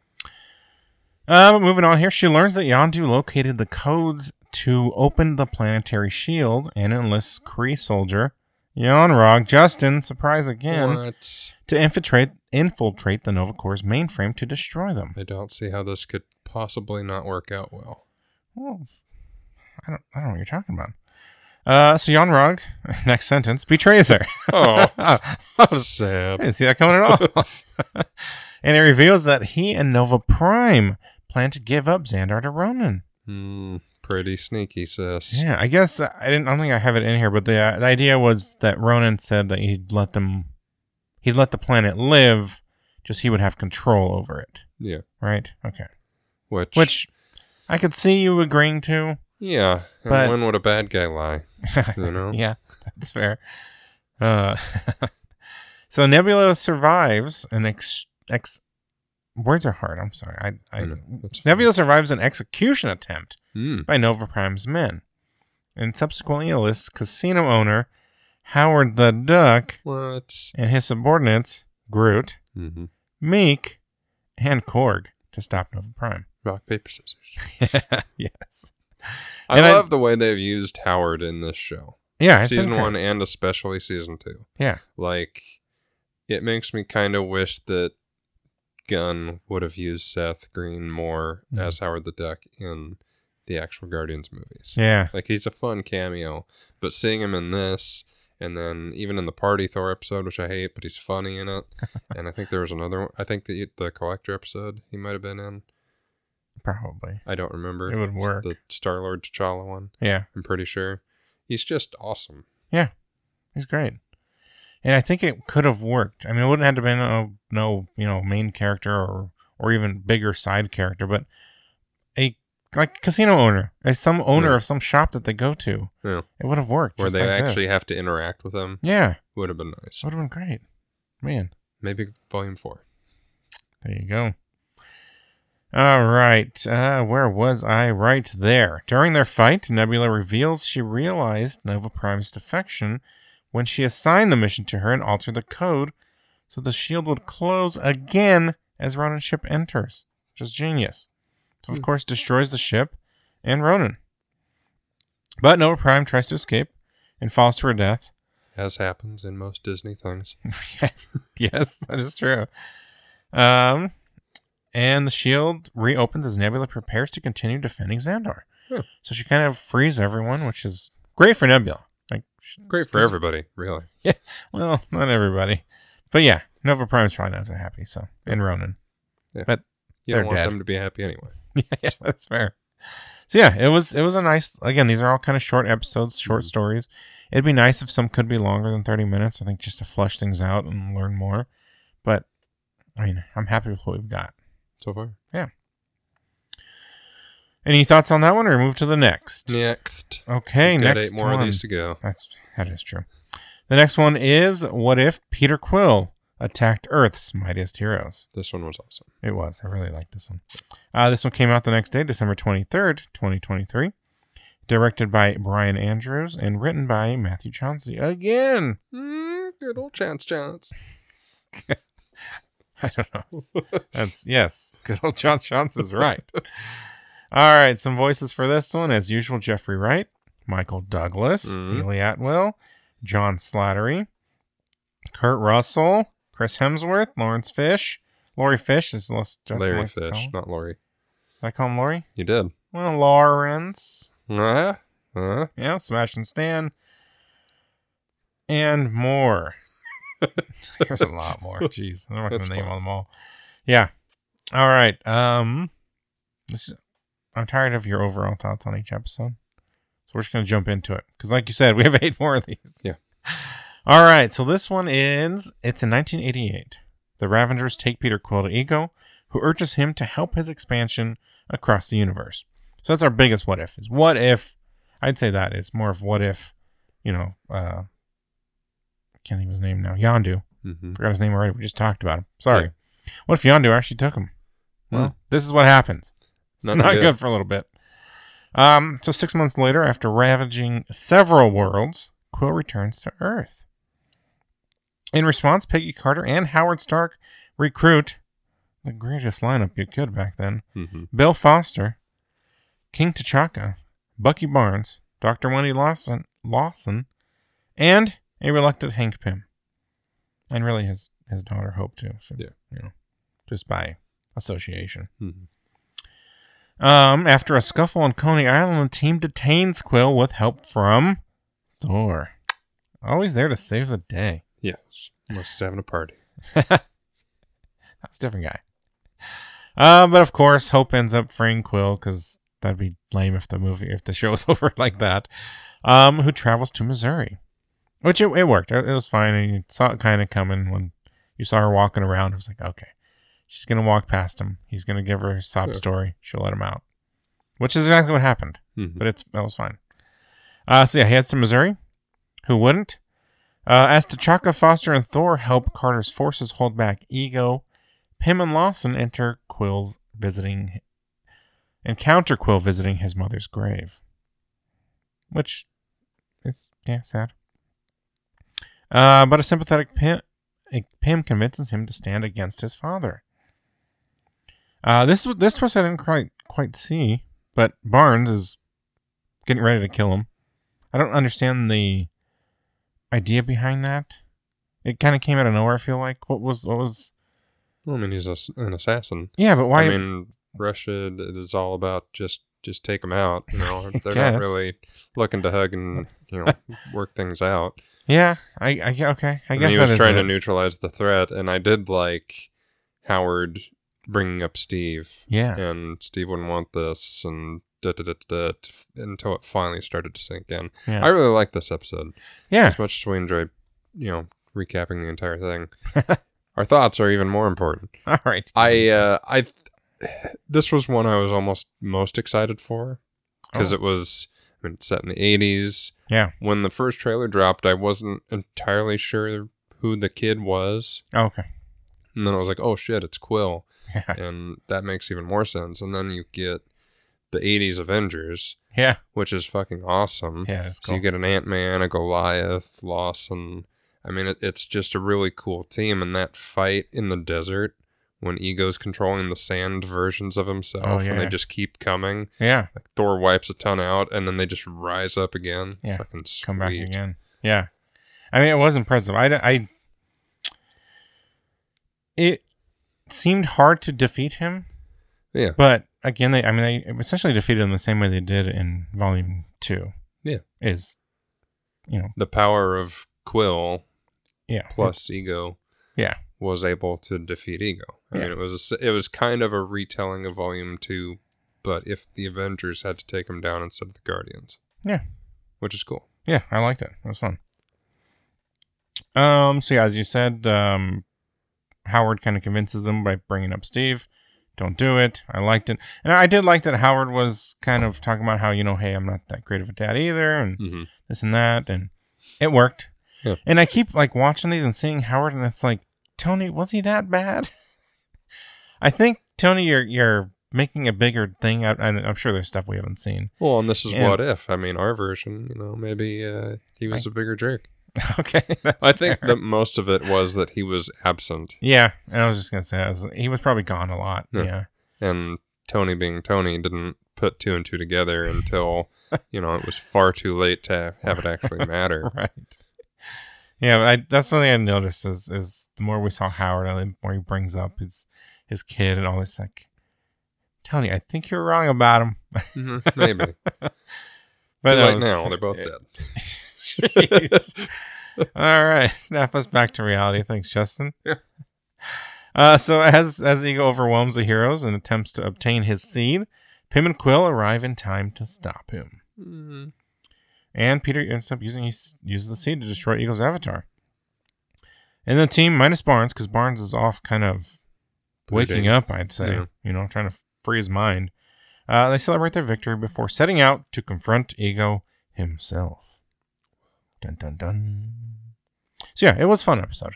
[SPEAKER 1] Uh, but moving on here, she learns that Yondu located the codes to open the planetary shield and enlists Kree soldier Yonrog Justin, surprise again,
[SPEAKER 2] What?
[SPEAKER 1] to infiltrate infiltrate the Nova Corps mainframe to destroy them.
[SPEAKER 2] I don't see how this could possibly not work
[SPEAKER 1] [laughs]
[SPEAKER 2] out well.
[SPEAKER 1] Oh, I don't, I don't know what you're talking about. Uh, so Yonrog, [laughs] next sentence, betrays her. [laughs]
[SPEAKER 2] Oh,
[SPEAKER 1] I [laughs]
[SPEAKER 2] sad.
[SPEAKER 1] didn't see that coming at all. [laughs] and it reveals that he and Nova Prime plan to give up Xandar to Ronan.
[SPEAKER 2] Mm, pretty sneaky, sis.
[SPEAKER 1] Yeah, I guess I didn't. I don't think I have it in here, but the, uh, the idea was that Ronan said that he'd let them, he'd let the planet live, just he would have control over it.
[SPEAKER 2] Yeah.
[SPEAKER 1] Right. Okay.
[SPEAKER 2] Which,
[SPEAKER 1] Which I could see you agreeing to. [laughs]
[SPEAKER 2] yeah. And
[SPEAKER 1] but-
[SPEAKER 2] when would a bad guy lie? You know?
[SPEAKER 1] yeah, that's fair. Uh, [laughs] so Nebula survives an ex ex. Words are hard. I'm sorry. I, I,
[SPEAKER 2] I know, that's fine.
[SPEAKER 1] Nebula survives an execution attempt
[SPEAKER 2] Mm,
[SPEAKER 1] by Nova Prime's men, and subsequently enlists casino owner Howard the Duck
[SPEAKER 2] what?
[SPEAKER 1] and his subordinates Groot,
[SPEAKER 2] hmm
[SPEAKER 1] Meek, and Korg to stop Nova Prime.
[SPEAKER 2] Rock, paper, scissors.
[SPEAKER 1] yes.
[SPEAKER 2] I
[SPEAKER 1] And I-
[SPEAKER 2] love the way they've used Howard in this show.
[SPEAKER 1] Yeah. I
[SPEAKER 2] season
[SPEAKER 1] think-
[SPEAKER 2] one and especially season two.
[SPEAKER 1] Yeah.
[SPEAKER 2] Like, it makes me kind of wish that Gunn would have used Seth Green more
[SPEAKER 1] Mhm.
[SPEAKER 2] as Howard the Duck in the actual Guardians movies.
[SPEAKER 1] Yeah.
[SPEAKER 2] Like, he's a fun cameo, but seeing him in this. And then even in the Party Thor episode, which I hate, but he's funny
[SPEAKER 1] [laughs]
[SPEAKER 2] in it. and I think there was another one. I think the the Collector episode he might have been in.
[SPEAKER 1] Probably.
[SPEAKER 2] I don't remember.
[SPEAKER 1] It would
[SPEAKER 2] It's
[SPEAKER 1] work.
[SPEAKER 2] The Star Lord T'Challa one.
[SPEAKER 1] Yeah.
[SPEAKER 2] I'm pretty sure. He's just awesome.
[SPEAKER 1] He's great. And I think it could have worked. I mean, it wouldn't have to been a no, you know, main character or or even bigger side character, but a like casino owner, a some owner
[SPEAKER 2] Yeah.
[SPEAKER 1] of some shop that they go to.
[SPEAKER 2] Yeah.
[SPEAKER 1] It would have worked.
[SPEAKER 2] Where
[SPEAKER 1] just
[SPEAKER 2] they
[SPEAKER 1] like this.
[SPEAKER 2] actually have to interact with him
[SPEAKER 1] Yeah.
[SPEAKER 2] would have been nice.
[SPEAKER 1] That would have been great. Man,
[SPEAKER 2] Maybe volume four.
[SPEAKER 1] there you go. All right. Uh, where was I? Right there. During their fight, Nebula reveals she realized Nova Prime's defection when she assigned the mission to her and altered the code so the shield would close again as Ronan's ship enters. Just genius. So, of
[SPEAKER 2] Hmm.
[SPEAKER 1] course, destroys the ship and Ronan. But Nova Prime tries to escape and falls to her death.
[SPEAKER 2] as happens in most Disney things.
[SPEAKER 1] yes, [laughs] yes, that is true. Um, and the shield reopens as Nebula prepares to continue defending Xandar.
[SPEAKER 2] Hmm.
[SPEAKER 1] So she kind of frees everyone, which is great for Nebula. Like she-
[SPEAKER 2] Great for everybody, really.
[SPEAKER 1] Well, not everybody, but yeah, Nova Prime's probably not so happy. So and Ronan, [laughs]
[SPEAKER 2] You
[SPEAKER 1] They're
[SPEAKER 2] don't want
[SPEAKER 1] dead.
[SPEAKER 2] them to be happy anyway.
[SPEAKER 1] yeah, that's fair. So yeah, it was it was a nice. Again, these are all kind of short episodes, short
[SPEAKER 2] Mhm.
[SPEAKER 1] stories. It'd be nice if some could be longer than thirty minutes. I think just to flush things out and learn more. But I mean, I'm happy with what we've got.
[SPEAKER 2] So far.
[SPEAKER 1] Any thoughts on that one, or move to the next?
[SPEAKER 2] Next.
[SPEAKER 1] Okay,
[SPEAKER 2] We've got
[SPEAKER 1] next
[SPEAKER 2] eight more
[SPEAKER 1] one.
[SPEAKER 2] of these to go.
[SPEAKER 1] That's that is true. The next one is what if Peter Quill attacked Earth's mightiest heroes?
[SPEAKER 2] This one was awesome.
[SPEAKER 1] It was. I really like this one. Uh, this one came out the next day, December twenty third, twenty twenty three. Directed by Brian Andrews and written by Matthew Chauncey. Again,
[SPEAKER 2] Mm, good old chance, chance.
[SPEAKER 1] [laughs] I don't know. That's yes. Good old John Chance is right. All right, some voices for this one, as usual: Jeffrey Wright, Michael Douglas,
[SPEAKER 2] Mhm.
[SPEAKER 1] Haley Atwell, John Slattery, Kurt Russell, Chris Hemsworth, Lawrence Fish, Laurie Fish is less just
[SPEAKER 2] Larry
[SPEAKER 1] likes to call
[SPEAKER 2] Fish,
[SPEAKER 1] him.
[SPEAKER 2] not Laurie.
[SPEAKER 1] Did I call him Laurie?
[SPEAKER 2] You did.
[SPEAKER 1] Well, Lawrence.
[SPEAKER 2] Uh-huh. Uh-huh.
[SPEAKER 1] Yeah, Smash and Stan, and
[SPEAKER 2] [laughs]
[SPEAKER 1] more. There's a lot more. Jeez, I'm not going
[SPEAKER 2] That's
[SPEAKER 1] to name
[SPEAKER 2] fine.
[SPEAKER 1] all them all. Yeah. All right. Um, this is, I'm tired of your overall thoughts on each episode, so we're just going to jump into it because, like you said, we have [laughs] eight more of these.
[SPEAKER 2] Yeah.
[SPEAKER 1] All right. So this one is it's in 1988. The Ravengers take Peter Quill to Ego, who urges him to help his expansion across the universe. So that's our biggest what if. Is what if? I'd say that is more of what if, you know, uh, I can't think of his name now. Yondu.
[SPEAKER 2] Mm-hmm.
[SPEAKER 1] Forgot his name already. We just talked about him. Sorry. What if Yondu actually took him? Well, this is what happens. It's
[SPEAKER 2] Not
[SPEAKER 1] not
[SPEAKER 2] good.
[SPEAKER 1] good for a little bit. Um, so six months later, after ravaging several worlds, Quill returns to Earth. In response, Peggy Carter and Howard Stark recruit the greatest lineup you could back then.
[SPEAKER 2] Mm-hmm.
[SPEAKER 1] Bill Foster, King T'Chaka, Bucky Barnes, Dr. Wendy Lawson, Lawson, and a reluctant Hank Pym. And really his, his daughter Hope too. So,
[SPEAKER 2] Yeah.
[SPEAKER 1] You know, just by association.
[SPEAKER 2] Mm-hmm.
[SPEAKER 1] Um, after a scuffle on Coney Island, the team detains Quill with help from Thor. Always there to save the day.
[SPEAKER 2] Yes. Unless he's having a party.
[SPEAKER 1] That's a different guy. Uh, but of course, Hope ends up freeing Quill because that'd be lame if the movie, if the show was [laughs] over like that. Um, who travels to Missouri, which it, it worked. It, it was fine, and you saw it kind of coming when you saw her walking around. It was like, okay, she's gonna walk past him. He's gonna give her a sob
[SPEAKER 2] Yeah.
[SPEAKER 1] story. She'll let him out, which is exactly what happened
[SPEAKER 2] Mm-hmm.
[SPEAKER 1] but it's that was fine. Uh, so yeah, he heads to Missouri. Who wouldn't? Uh, as T'Chaka, Foster, and Thor help Carter's forces hold back Ego, Pym and Lawson enter Quill's visiting, encounter Quill visiting his mother's grave, which is yeah sad. Uh, but a sympathetic Pym, Pym convinces him to stand against his father. Uh, this was this was I didn't quite quite see, but Barnes is getting ready to kill him. I don't understand the idea behind that. It kind of came out of nowhere. I feel like what was what was
[SPEAKER 2] Well, I mean, he's a s an assassin.
[SPEAKER 1] yeah, but why?
[SPEAKER 2] I mean, Russia d- it is all about just just take them out. You
[SPEAKER 1] [laughs]
[SPEAKER 2] know,
[SPEAKER 1] I
[SPEAKER 2] they're
[SPEAKER 1] guess.
[SPEAKER 2] not really looking to hug and you know work things out.
[SPEAKER 1] yeah, I, I okay. I
[SPEAKER 2] I mean,
[SPEAKER 1] guess
[SPEAKER 2] he
[SPEAKER 1] that
[SPEAKER 2] was
[SPEAKER 1] is
[SPEAKER 2] trying
[SPEAKER 1] it.
[SPEAKER 2] to neutralize the threat, and I did like Howard bringing up Steve,
[SPEAKER 1] yeah,
[SPEAKER 2] and Steve wouldn't want this, and da da da da, da, t- until it finally started to sink in.
[SPEAKER 1] Yeah.
[SPEAKER 2] I really like this episode
[SPEAKER 1] yeah, [laughs]
[SPEAKER 2] as much as we enjoy, you know, recapping the entire thing. Our thoughts are even more important.
[SPEAKER 1] all right.
[SPEAKER 2] I uh, I this was one I was almost most excited for because
[SPEAKER 1] Oh.
[SPEAKER 2] it was I mean, it's set in the eighties.
[SPEAKER 1] Yeah.
[SPEAKER 2] When the first trailer dropped, I wasn't entirely sure who the kid was.
[SPEAKER 1] okay,
[SPEAKER 2] And then I was like, oh shit, it's Quill.
[SPEAKER 1] Yeah.
[SPEAKER 2] And that makes even more sense. And then you get the 80s Avengers,
[SPEAKER 1] Yeah.
[SPEAKER 2] which is fucking awesome.
[SPEAKER 1] Yeah. That's
[SPEAKER 2] So
[SPEAKER 1] cool.
[SPEAKER 2] you get an Ant Man, a Goliath, Lawson. I mean, it, it's just a really cool team. And that fight in the desert when Ego's controlling the sand versions of himself
[SPEAKER 1] Oh,
[SPEAKER 2] and they
[SPEAKER 1] yeah.
[SPEAKER 2] just keep coming.
[SPEAKER 1] yeah.
[SPEAKER 2] Like Thor wipes a ton out and then they just rise up again.
[SPEAKER 1] Yeah.
[SPEAKER 2] Fucking sweet.
[SPEAKER 1] Come back again. Yeah. I mean, it was impressive. I, I, it seemed hard to defeat him.
[SPEAKER 2] Yeah.
[SPEAKER 1] But again, they, I mean, they essentially defeated him the same way they did in volume two.
[SPEAKER 2] Yeah.
[SPEAKER 1] Is, you know,
[SPEAKER 2] The power of Quill
[SPEAKER 1] yeah.
[SPEAKER 2] plus Ego.
[SPEAKER 1] Yeah.
[SPEAKER 2] Was able to defeat Ego. I
[SPEAKER 1] Yeah.
[SPEAKER 2] mean, it was a s it was kind of a retelling of Volume Two, but if the Avengers had to take him down instead of the Guardians.
[SPEAKER 1] Yeah.
[SPEAKER 2] Which is cool.
[SPEAKER 1] Yeah, I liked it. It was fun. Um. So yeah, as you said, um, Howard kind of convinces him by bringing up Steve. Don't do it. I liked it, and I did like that Howard was kind of talking about how you know, hey, I'm not that great of a dad either, and
[SPEAKER 2] Mm-hmm.
[SPEAKER 1] this and that, and it worked.
[SPEAKER 2] Yeah.
[SPEAKER 1] And I keep like watching these and seeing Howard, and it's like, Tony, was he that bad? [laughs] I think Tony, you're you're making a bigger thing out, and I'm sure there's stuff we haven't seen.
[SPEAKER 2] Well, and this is
[SPEAKER 1] Yeah.
[SPEAKER 2] what if. I mean, our version. You know, maybe uh, he was a bigger jerk.
[SPEAKER 1] [laughs] okay.
[SPEAKER 2] I think that most of it was that he was absent,
[SPEAKER 1] Yeah, and I was just gonna say I was, he was probably gone a lot.
[SPEAKER 2] Yeah.
[SPEAKER 1] Yeah, [laughs]
[SPEAKER 2] and Tony, being Tony, didn't put two and two
[SPEAKER 1] [laughs]
[SPEAKER 2] together until you know it was far too late to have it actually matter.
[SPEAKER 1] [laughs] right. Yeah, but I, that's one thing I noticed is is the more we saw Howard, and the more he brings up his his kid and all this like, Tony, I think you're wrong about him.
[SPEAKER 2] Mhm, maybe.
[SPEAKER 1] But
[SPEAKER 2] Too
[SPEAKER 1] that
[SPEAKER 2] late
[SPEAKER 1] was- [laughs]
[SPEAKER 2] now. They're both dead.
[SPEAKER 1] Jeez. All right, snap us back to reality. Thanks, Justin.
[SPEAKER 2] [laughs] Yeah.
[SPEAKER 1] Uh, so as as Ego overwhelms the heroes and attempts to obtain his seed, Pym and Quill arrive in time to stop him.
[SPEAKER 2] Mm,
[SPEAKER 1] and Peter ends up using his, uses the seed to destroy Eagle's avatar. And the team minus Barnes because Barnes is off kind of waking
[SPEAKER 2] Brooding.
[SPEAKER 1] up, I'd say,
[SPEAKER 2] Yeah.
[SPEAKER 1] you know, trying to free his mind. Uh, they celebrate their victory before setting out to confront Ego himself. Dun dun dun. So yeah, it was a fun episode.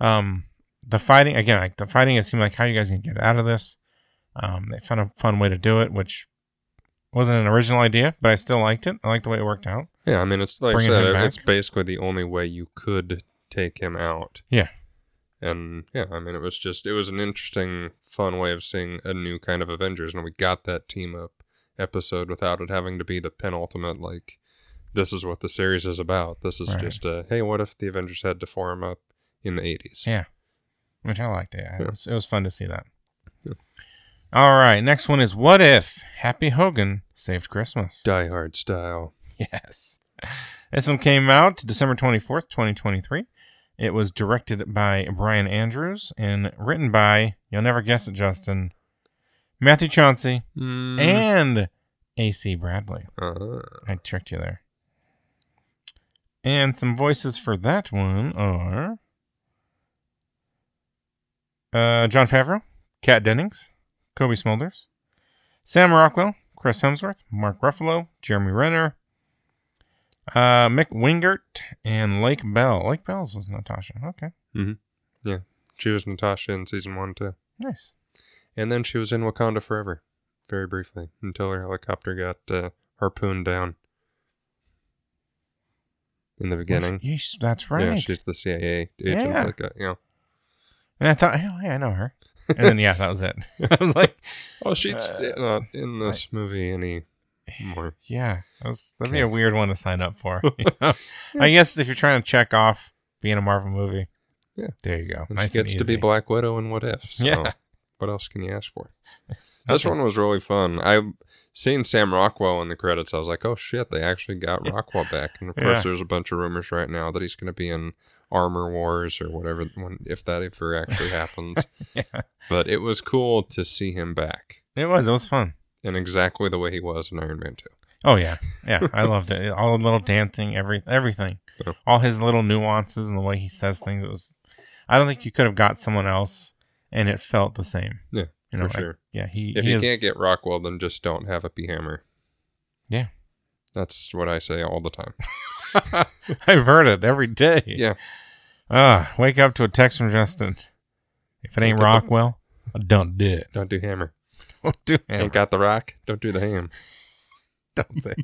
[SPEAKER 1] Um, the fighting again, like the fighting. It seemed like how you guys can get out of this. Um, they found a fun way to do it, which wasn't an original idea, but I still liked it. I liked the way it worked out.
[SPEAKER 2] Yeah, I mean, it's like I
[SPEAKER 1] Bringing
[SPEAKER 2] said,
[SPEAKER 1] him
[SPEAKER 2] it-
[SPEAKER 1] back.
[SPEAKER 2] it's basically the only way you could take him out.
[SPEAKER 1] Yeah.
[SPEAKER 2] And yeah, I mean, it was just, it was an interesting, fun way of seeing a new kind of Avengers. And we got that team up episode without it having to be the penultimate, like, this is what the series is about. This is
[SPEAKER 1] Right.
[SPEAKER 2] just a, hey, what if the Avengers had to form up in the 80s?
[SPEAKER 1] Yeah. Which I liked it. I- It,
[SPEAKER 2] Yeah.
[SPEAKER 1] was, it was fun to see that.
[SPEAKER 2] Yeah.
[SPEAKER 1] All right. Next one is What If Happy Hogan Saved Christmas?
[SPEAKER 2] Die Hard style.
[SPEAKER 1] Yes. [laughs] This one came out December 24th, 2023. It was directed by Brian Andrews and written by, you'll never guess it, Justin, Matthew Chauncey
[SPEAKER 2] Mm.
[SPEAKER 1] and A.C. Bradley.
[SPEAKER 2] Uh,
[SPEAKER 1] I tricked you there. And some voices for that one are uh, John Favreau, Kat Dennings, Kobe Smulders, Sam Rockwell, Chris Hemsworth, Mark Ruffalo, Jeremy Renner, uh, Mick Wingert, and Lake Bell. Lake Bell's was Natasha. Okay,
[SPEAKER 2] she was Natasha in season one, too.
[SPEAKER 1] nice.
[SPEAKER 2] And then she was in Wakanda forever, very briefly, until her helicopter got uh, harpooned down. In the beginning,
[SPEAKER 1] Yeesh, that's
[SPEAKER 2] yeah,
[SPEAKER 1] right.
[SPEAKER 2] she's the CIA agent
[SPEAKER 1] Yeah.
[SPEAKER 2] that got you know.
[SPEAKER 1] and I thought, oh, yeah, I know her. And then, yeah, that was it. [laughs] I was like,
[SPEAKER 2] Oh, she's
[SPEAKER 1] Uh,
[SPEAKER 2] not in this movie anymore.
[SPEAKER 1] Yeah, that was, that'd be a
[SPEAKER 2] Okay.
[SPEAKER 1] weird one to sign up
[SPEAKER 2] [laughs]
[SPEAKER 1] for. you know? I guess if you're trying to check off being a Marvel movie,
[SPEAKER 2] Yeah.
[SPEAKER 1] there you go.
[SPEAKER 2] And
[SPEAKER 1] nice
[SPEAKER 2] she gets
[SPEAKER 1] and
[SPEAKER 2] to be
[SPEAKER 1] easy.
[SPEAKER 2] Black Widow and What If. So
[SPEAKER 1] Yeah.
[SPEAKER 2] What else can you ask
[SPEAKER 1] [laughs]
[SPEAKER 2] for? This
[SPEAKER 1] Nothing.
[SPEAKER 2] one was really fun. I seeing Sam Rockwell in the credits. I was like, oh shit, they actually got Rockwell back. And of course,
[SPEAKER 1] Yeah.
[SPEAKER 2] there's a bunch of rumors right now that he's going to be in Armor Wars or whatever, when, if that ever actually happens.
[SPEAKER 1] [laughs] Yeah.
[SPEAKER 2] But it was cool to see him back
[SPEAKER 1] It was. It was fun.
[SPEAKER 2] in exactly the way he was in Iron Man 2.
[SPEAKER 1] Oh yeah, yeah. I loved it. All the little dancing, every everything,
[SPEAKER 2] Yeah.
[SPEAKER 1] all his little nuances and the way he says things. It was. I don't think you could have got someone else, and it felt the same.
[SPEAKER 2] Yeah,
[SPEAKER 1] you know,
[SPEAKER 2] for
[SPEAKER 1] I-
[SPEAKER 2] sure.
[SPEAKER 1] yeah, he.
[SPEAKER 2] If
[SPEAKER 1] he
[SPEAKER 2] you
[SPEAKER 1] is-
[SPEAKER 2] can't get Rockwell, then just don't have it be Hammer.
[SPEAKER 1] Yeah.
[SPEAKER 2] That's what I say all the time.
[SPEAKER 1] [laughs] I've heard it every day.
[SPEAKER 2] Yeah.
[SPEAKER 1] Ah, wake up to a text from Justin. If it ain't Rockwell, I don't do it.
[SPEAKER 2] Don't do hammer.
[SPEAKER 1] [laughs] Don't do
[SPEAKER 2] Ain't got the rock. Don't do the ham.
[SPEAKER 1] Don't say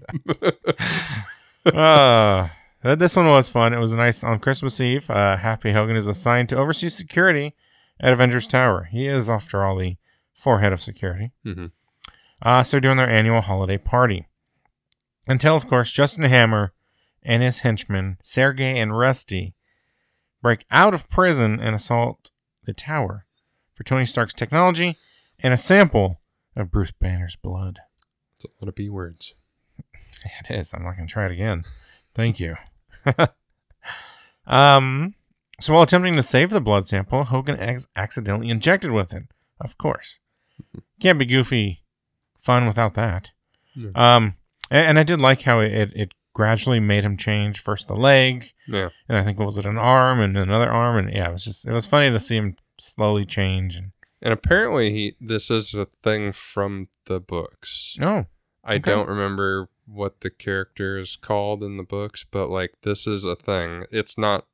[SPEAKER 1] that. uh, but this one was fun. It was nice on Christmas Eve. Uh, Happy Hogan is assigned to oversee security at Avengers Tower. He is, after all, the forehead of security.
[SPEAKER 2] Mhm.
[SPEAKER 1] Uh, so they're doing their annual holiday party. Until, of course, Justin Hammer and his henchmen, Sergey and Rusty, break out of prison and assault the tower for Tony Stark's technology and a sample of Bruce Banner's blood.
[SPEAKER 2] It's a lot of B words.
[SPEAKER 1] It is. I'm not going to try it again. Thank you. [laughs] um, so while attempting to save the blood sample, Hogan ex- accidentally injected with it. Of course, can't be goofy fun without that.
[SPEAKER 2] Yeah.
[SPEAKER 1] Um, a- and, I did like how it, it it gradually made him change first the leg,
[SPEAKER 2] Yeah.
[SPEAKER 1] and I think what was it an arm and another arm, and yeah, it was just it was funny to see him slowly change. And
[SPEAKER 2] And apparently, he, this is a thing from the books.
[SPEAKER 1] no,
[SPEAKER 2] I
[SPEAKER 1] Okay.
[SPEAKER 2] don't remember what the character is called in the books, but like this is a thing. It's not.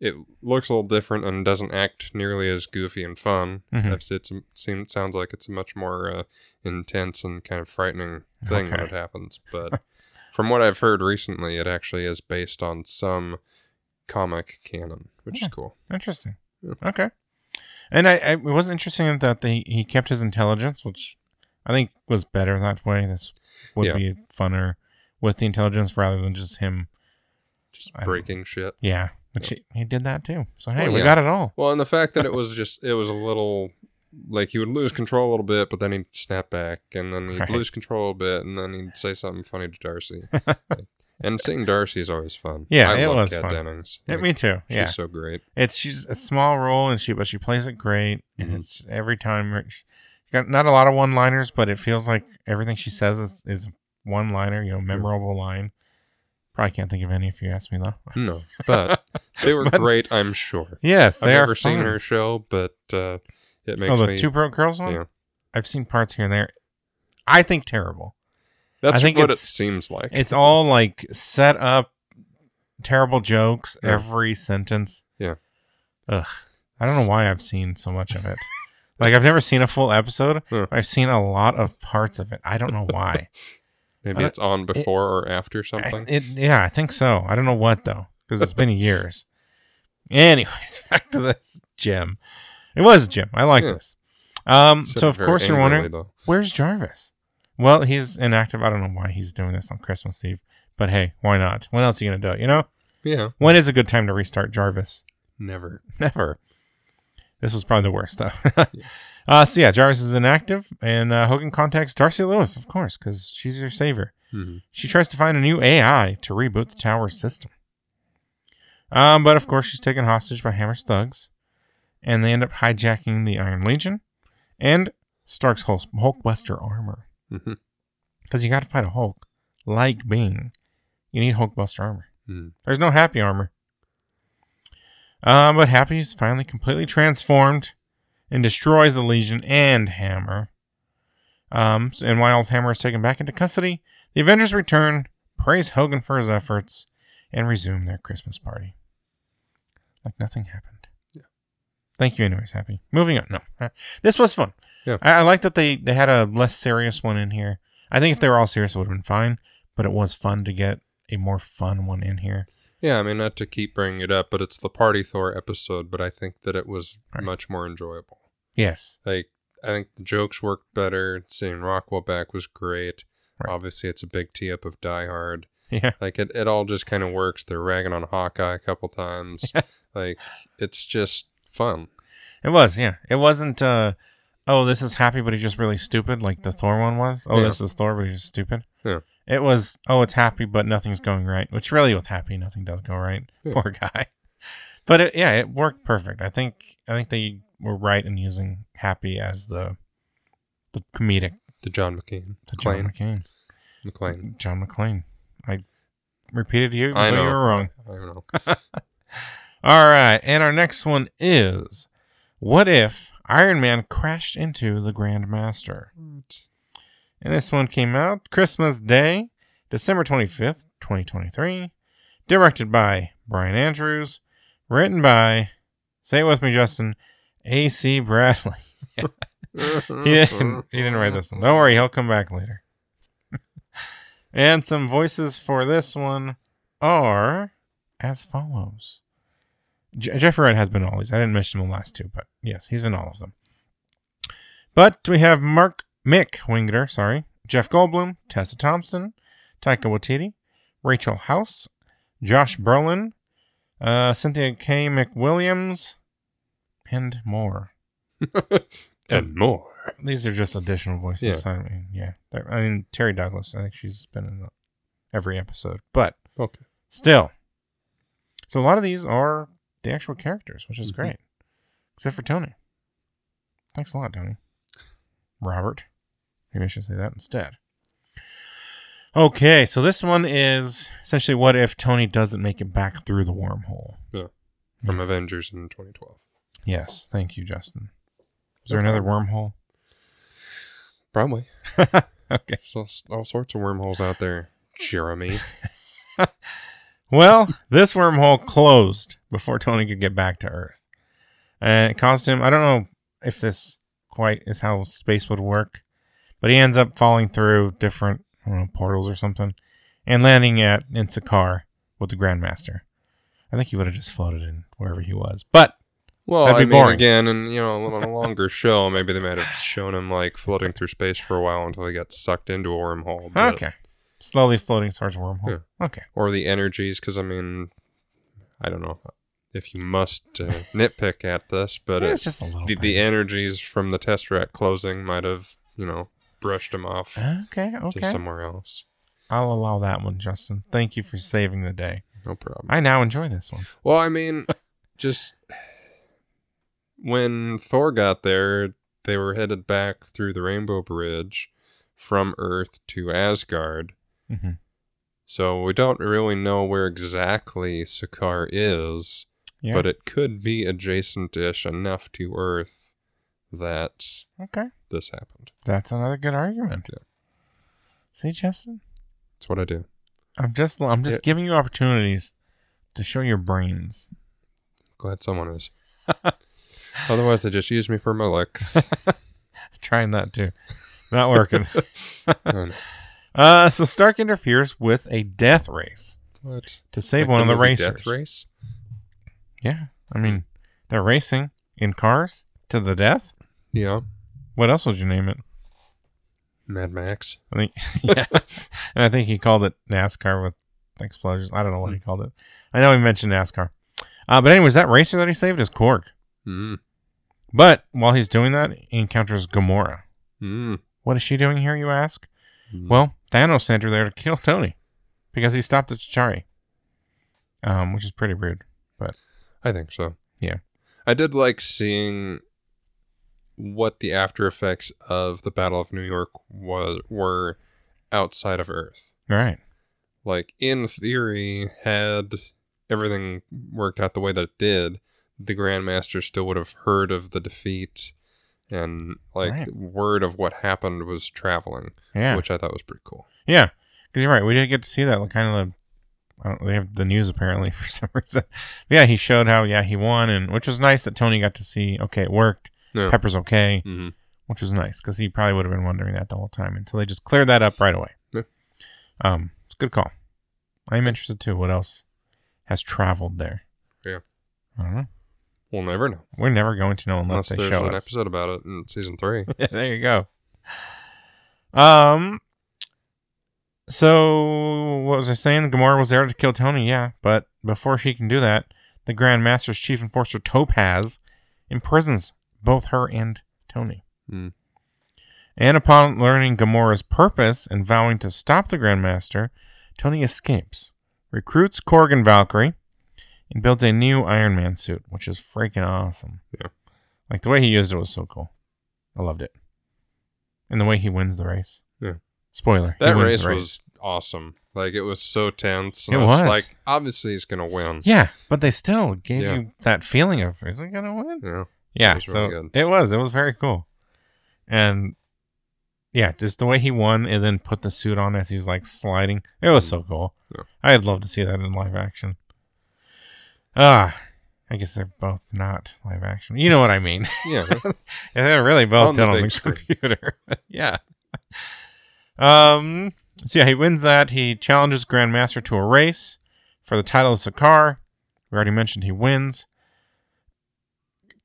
[SPEAKER 2] It looks a little different and doesn't act nearly as goofy and fun.
[SPEAKER 1] Mhm.
[SPEAKER 2] It's, it's seems sounds like it's a much more uh, intense and kind of frightening thing when
[SPEAKER 1] Okay.
[SPEAKER 2] it happens. But [laughs] from what I've heard recently, it actually is based on some comic canon, which
[SPEAKER 1] Yeah.
[SPEAKER 2] is cool.
[SPEAKER 1] Interesting.
[SPEAKER 2] Yeah.
[SPEAKER 1] Okay. And I, I it was interesting that they, he kept his intelligence, which I think was better that way. This would
[SPEAKER 2] Yeah.
[SPEAKER 1] be funner with the intelligence rather than just him.
[SPEAKER 2] Just
[SPEAKER 1] I don't-
[SPEAKER 2] breaking shit.
[SPEAKER 1] Yeah, which he, he did that too. So hey,
[SPEAKER 2] Well,
[SPEAKER 1] we
[SPEAKER 2] yeah.
[SPEAKER 1] got it all.
[SPEAKER 2] Well, and the fact that it was just it was a little like he would lose control a little bit, but then he'd snap back, and then he'd
[SPEAKER 1] Right.
[SPEAKER 2] lose control a bit, and then he'd say something funny to
[SPEAKER 1] [laughs]
[SPEAKER 2] Darcy. and seeing Darcy is always fun.
[SPEAKER 1] Yeah,
[SPEAKER 2] I
[SPEAKER 1] it
[SPEAKER 2] love
[SPEAKER 1] was
[SPEAKER 2] Kat
[SPEAKER 1] fun.
[SPEAKER 2] Dennings.
[SPEAKER 1] Yeah,
[SPEAKER 2] Like,
[SPEAKER 1] me too.
[SPEAKER 2] she's
[SPEAKER 1] Yeah,
[SPEAKER 2] so great.
[SPEAKER 1] it's she's a small role and she but she plays it great and
[SPEAKER 2] Mhm.
[SPEAKER 1] it's every time re- she got not a lot of one liners but it feels like everything she says is, is one liner you know memorable line probably can't think of any if you ask me though
[SPEAKER 2] No,
[SPEAKER 1] [laughs]
[SPEAKER 2] but they were
[SPEAKER 1] But-
[SPEAKER 2] great. I'm sure.
[SPEAKER 1] yes
[SPEAKER 2] I've
[SPEAKER 1] they are
[SPEAKER 2] never seen
[SPEAKER 1] fun.
[SPEAKER 2] her show, but uh, it makes
[SPEAKER 1] Oh, the
[SPEAKER 2] me.
[SPEAKER 1] two broke girls one.
[SPEAKER 2] yeah.
[SPEAKER 1] I've seen parts here and there. I think terrible.
[SPEAKER 2] That's
[SPEAKER 1] I think
[SPEAKER 2] what it
[SPEAKER 1] it's-
[SPEAKER 2] seems like.
[SPEAKER 1] It's all like set up, terrible jokes
[SPEAKER 2] Yeah.
[SPEAKER 1] every sentence.
[SPEAKER 2] Yeah.
[SPEAKER 1] Ugh. I don't know why I've seen so much
[SPEAKER 2] [laughs]
[SPEAKER 1] of it. like I've never seen a full episode.
[SPEAKER 2] Yeah.
[SPEAKER 1] But I've seen a lot of parts of it. I don't know why.
[SPEAKER 2] maybe
[SPEAKER 1] I-
[SPEAKER 2] it's on before or after
[SPEAKER 1] uh, I,
[SPEAKER 2] [laughs] something.
[SPEAKER 1] it, yeah, I think so. I don't know what though, because it's
[SPEAKER 2] [laughs]
[SPEAKER 1] been years. Anyways, [laughs] back to this gym. It was a gym. I like
[SPEAKER 2] Yeah.
[SPEAKER 1] this. Um,
[SPEAKER 2] Said
[SPEAKER 1] so
[SPEAKER 2] it
[SPEAKER 1] of
[SPEAKER 2] very
[SPEAKER 1] course you're
[SPEAKER 2] angrily,
[SPEAKER 1] wondering,
[SPEAKER 2] though.
[SPEAKER 1] Where's Jarvis? Well, he's inactive. I don't know why he's doing this on Christmas Eve, but hey, why not? When else are you going to do it? You know?
[SPEAKER 2] Yeah,
[SPEAKER 1] When is a good time to restart Jarvis? [laughs]
[SPEAKER 2] never.
[SPEAKER 1] Never. This was probably the worst, though. [laughs] uh, so, yeah, Jarvis is inactive, and uh, Hogan contacts Darcy Lewis, of course, because she's your savior.
[SPEAKER 2] hmm
[SPEAKER 1] She tries to find a new AI to reboot the tower's system. Um, but of course, she's taken hostage by Hammer's thugs, and they end up hijacking the Iron Legion and Stark's Hulk- Hulkbuster armor.
[SPEAKER 2] hmm
[SPEAKER 1] Because you got to fight a Hulk like Bing. You need Hulkbuster armor.
[SPEAKER 2] Mm.
[SPEAKER 1] There's no Happy armor. Um, but Happy is finally completely transformed and destroys the Legion and Hammer. Um, s- and while Hammer is taken back into custody, the Avengers return, praise Hogan for his efforts, and resume their Christmas party. Like nothing happened.
[SPEAKER 2] Yeah.
[SPEAKER 1] Thank you, anyways, Happy. Moving on. No. Uh, This was fun.
[SPEAKER 2] Yeah.
[SPEAKER 1] I, I like that they, they had a less serious one in here. I think if they were all serious, it would have been fine. But it was fun to get a more fun one in here.
[SPEAKER 2] Yeah, I mean, not to keep bringing it up, but it's the Party Thor episode, but I think that it was
[SPEAKER 1] Right.
[SPEAKER 2] much more enjoyable.
[SPEAKER 1] Yes. [laughs]
[SPEAKER 2] Like, I think the jokes worked better. Seeing Rockwell back was great.
[SPEAKER 1] Right.
[SPEAKER 2] Obviously, it's a big tee up of Die Hard.
[SPEAKER 1] Yeah.
[SPEAKER 2] Like, it, it all just kind of works. They're ragging on Hawkeye a
[SPEAKER 1] [laughs]
[SPEAKER 2] couple times. like, it's just fun.
[SPEAKER 1] It was. Yeah. It wasn't. uh Oh, this is happy, but he's just really stupid, like the Thor one was. Oh,
[SPEAKER 2] Yeah.
[SPEAKER 1] this is Thor, but he's just stupid.
[SPEAKER 2] Yeah.
[SPEAKER 1] It was. Oh, it's happy, but nothing's going right. Which really, with happy, nothing does go right.
[SPEAKER 2] Yeah.
[SPEAKER 1] Poor guy. [laughs] But it, yeah, it worked perfect. I think. I think they were right in using happy as the the comedic
[SPEAKER 2] The John McCain.
[SPEAKER 1] the
[SPEAKER 2] McClane.
[SPEAKER 1] John McCain.
[SPEAKER 2] McClane.
[SPEAKER 1] John McClane. I repeated you,
[SPEAKER 2] I
[SPEAKER 1] but you
[SPEAKER 2] know.
[SPEAKER 1] were wrong.
[SPEAKER 2] I don't know.
[SPEAKER 1] All right, and our next one is What if Iron Man crashed into the Grand Master?
[SPEAKER 2] What?
[SPEAKER 1] And this one came out Christmas Day, December 25th, 2023. Directed by Brian Andrews. Written by, say it with me, Justin, AC Bradley. [laughs] He didn't, he didn't write this one. Don't worry, he'll come back later. [laughs] and some voices for this one are as follows. Je- Jeffrey Wright has been all these. I didn't mention the last two, but yes, he's been all of them. But we have Mark Mick Wingeter, sorry, Jeff Goldblum, Tessa Thompson, Taika Waititi, Rachel House, Josh Brolin, uh, Cynthia K. McWilliams, and more.
[SPEAKER 2] and more.
[SPEAKER 1] These are just additional voices. I mean, yeah. They're- I mean, Terry Douglas, I think she's been in every episode, but
[SPEAKER 2] Okay.
[SPEAKER 1] still. So a lot of these are the actual characters, which is
[SPEAKER 2] Mhm.
[SPEAKER 1] great. Except for Tony. Thanks a lot, Tony. Robert. Maybe I should say that instead. Okay, so this one is essentially what if Tony doesn't make it back through the wormhole?
[SPEAKER 2] From Avengers in 2012.
[SPEAKER 1] Yes, thank you, Justin. Is there another wormhole? [laughs]
[SPEAKER 2] Probably.
[SPEAKER 1] okay.
[SPEAKER 2] There's all, s- all sorts of wormholes out there, Jeremy.
[SPEAKER 1] Well, this wormhole closed before Tony could get back to Earth. And it caused him, I don't know if this quite is how space would work, but he ends up falling through different I don't know, portals or something and landing at in Sakar with the Grandmaster. I think he would have just floated in wherever he was. But
[SPEAKER 2] [laughs] Well,
[SPEAKER 1] That'd
[SPEAKER 2] I
[SPEAKER 1] be
[SPEAKER 2] mean,
[SPEAKER 1] boring.
[SPEAKER 2] again, and you know, on a longer [laughs] show, maybe they might have shown him like floating through space for a while until he got sucked into a wormhole. but-
[SPEAKER 1] okay. Slowly floating towards a wormhole. Okay.
[SPEAKER 2] Or the energies, because I mean, I don't know if you must uh, nitpick at this, but
[SPEAKER 1] it's
[SPEAKER 2] it,
[SPEAKER 1] Eh, just a little
[SPEAKER 2] the,
[SPEAKER 1] bit.
[SPEAKER 2] the energies from the test rack closing might have, you know, brushed him off
[SPEAKER 1] okay,
[SPEAKER 2] to
[SPEAKER 1] Uh, okay.
[SPEAKER 2] somewhere else.
[SPEAKER 1] I'll allow that one, Justin. Thank you for saving the day.
[SPEAKER 2] No problem.
[SPEAKER 1] I now enjoy this one.
[SPEAKER 2] Well,
[SPEAKER 1] [laughs]
[SPEAKER 2] I mean, just when Thor got there, they were headed back through the Rainbow Bridge from Earth to Asgard.
[SPEAKER 1] Mm-hmm.
[SPEAKER 2] So we don't really know where exactly Sakaar is,
[SPEAKER 1] Yeah.
[SPEAKER 2] but it could be adjacent-ish enough to Earth that
[SPEAKER 1] Okay.
[SPEAKER 2] this happened.
[SPEAKER 1] That's another good argument.
[SPEAKER 2] Yeah.
[SPEAKER 1] See, Justin,
[SPEAKER 2] That's what I do.
[SPEAKER 1] I'm just I'm just
[SPEAKER 2] Yeah.
[SPEAKER 1] giving you opportunities to show your brains.
[SPEAKER 2] Glad someone
[SPEAKER 1] [laughs]
[SPEAKER 2] is. Otherwise, they just use me for my looks.
[SPEAKER 1] Trying that too, not
[SPEAKER 2] [laughs]
[SPEAKER 1] working.
[SPEAKER 2] And-
[SPEAKER 1] uh, so Stark interferes with a death race
[SPEAKER 2] what?
[SPEAKER 1] to save
[SPEAKER 2] Like
[SPEAKER 1] one of the
[SPEAKER 2] movie
[SPEAKER 1] racers.
[SPEAKER 2] Death race.
[SPEAKER 1] Yeah, I mean they're racing in cars to the death.
[SPEAKER 2] Yeah.
[SPEAKER 1] What else would you name it?
[SPEAKER 2] Mad Max.
[SPEAKER 1] I think [laughs] yeah, and I think he called it NASCAR with explosions. I don't know what he
[SPEAKER 2] Mm.
[SPEAKER 1] called it. I know he mentioned NASCAR. Uh, but anyways, that racer that he saved is Korg.
[SPEAKER 2] Mm.
[SPEAKER 1] But while he's doing that, he encounters Gamora.
[SPEAKER 2] Mm.
[SPEAKER 1] What is she doing here, you ask?
[SPEAKER 2] Hmm.
[SPEAKER 1] Well, Thanos sent her there to kill Tony because he stopped the Chitauri, um, which is pretty rude.
[SPEAKER 2] I think so.
[SPEAKER 1] Yeah.
[SPEAKER 2] I did like seeing what the after effects of the Battle of New York was were outside of Earth.
[SPEAKER 1] All right.
[SPEAKER 2] Like in theory, had everything worked out the way that it did, the Grandmaster still would have heard of the defeat and like
[SPEAKER 1] Right.
[SPEAKER 2] the word of what happened was traveling,
[SPEAKER 1] Yeah.
[SPEAKER 2] which I thought was pretty cool.
[SPEAKER 1] yeah. Because you're right. We didn't get to see that. Like, kind of the. I don't, they have the news apparently [laughs] for some reason. But yeah, he showed how, yeah, he won, and which was nice that Tony got to see, okay, it worked.
[SPEAKER 2] Yeah.
[SPEAKER 1] Pepper's okay.
[SPEAKER 2] hmm
[SPEAKER 1] which was nice because he probably would have been wondering that the whole time until they just cleared that up right away.
[SPEAKER 2] Yeah.
[SPEAKER 1] Um, it's a good call. I'm interested too. What else has traveled there?
[SPEAKER 2] Yeah.
[SPEAKER 1] I don't know.
[SPEAKER 2] We'll never know
[SPEAKER 1] We're never going to know unless,
[SPEAKER 2] unless,
[SPEAKER 1] they
[SPEAKER 2] there's
[SPEAKER 1] show
[SPEAKER 2] an
[SPEAKER 1] us.
[SPEAKER 2] episode about it in season three.
[SPEAKER 1] [laughs] Yeah, there you go. Um. So what was I saying? Gamora was there to kill Tony, yeah, but before she can do that, the Grand Master's chief enforcer Topaz imprisons both her and Tony.
[SPEAKER 2] Hmm.
[SPEAKER 1] And upon learning Gamora's purpose and vowing to stop the Grand Master, Tony escapes, recruits Korg and Valkyrie, and builds a new Iron Man suit, which is freaking awesome.
[SPEAKER 2] Yeah.
[SPEAKER 1] Like the way he used it was so cool. I loved it. And the way he wins the race.
[SPEAKER 2] Yeah.
[SPEAKER 1] Spoiler. he
[SPEAKER 2] That
[SPEAKER 1] wins
[SPEAKER 2] race,
[SPEAKER 1] the
[SPEAKER 2] was awesome. Like it was so tense.
[SPEAKER 1] It
[SPEAKER 2] I
[SPEAKER 1] was.
[SPEAKER 2] like obviously he's gonna win.
[SPEAKER 1] Yeah, but they still gave
[SPEAKER 2] Yeah.
[SPEAKER 1] you that feeling of is he gonna win?
[SPEAKER 2] Yeah.
[SPEAKER 1] Yeah.
[SPEAKER 2] was
[SPEAKER 1] so
[SPEAKER 2] really good.
[SPEAKER 1] it was. It was very cool. And yeah, just the way he won and then put the suit on as he's like sliding. It was so cool.
[SPEAKER 2] Mm. Yeah.
[SPEAKER 1] I'd love to see that in live action. Ah. I guess they're both not live action. You know what I mean?
[SPEAKER 2] Yeah. [laughs]
[SPEAKER 1] Yeah, they're really both
[SPEAKER 2] On the
[SPEAKER 1] done on
[SPEAKER 2] big
[SPEAKER 1] the [laughs]
[SPEAKER 2] screen.
[SPEAKER 1] computer. yeah. Um. So yeah, he wins that. He challenges Grandmaster to a race for the title of Sakar. We already mentioned he wins.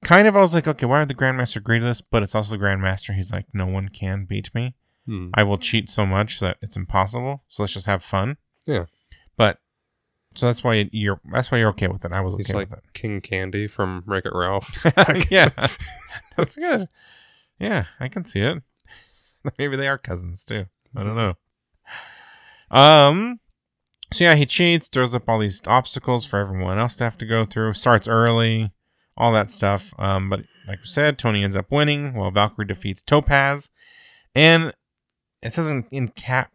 [SPEAKER 1] Kind of, I was like, okay, why would the Grandmaster agree to this? But it's also the Grandmaster. He's like, no one can beat me.
[SPEAKER 2] Hmm.
[SPEAKER 1] I will cheat so much that it's impossible. So let's just have fun.
[SPEAKER 2] Yeah.
[SPEAKER 1] But so that's why you're that's why you're okay with it. I was okay
[SPEAKER 2] He's
[SPEAKER 1] with
[SPEAKER 2] like
[SPEAKER 1] it.
[SPEAKER 2] King Candy from Wreck It Ralph.
[SPEAKER 1] [laughs] yeah, that's good. Yeah, I can see it. [laughs] Maybe they are cousins too. I don't know. Um. So yeah, he cheats, throws up all these obstacles for everyone else to have to go through. Starts early, all that stuff. Um, but like we said, Tony ends up winning while Valkyrie defeats Topaz, and it says in, in cap.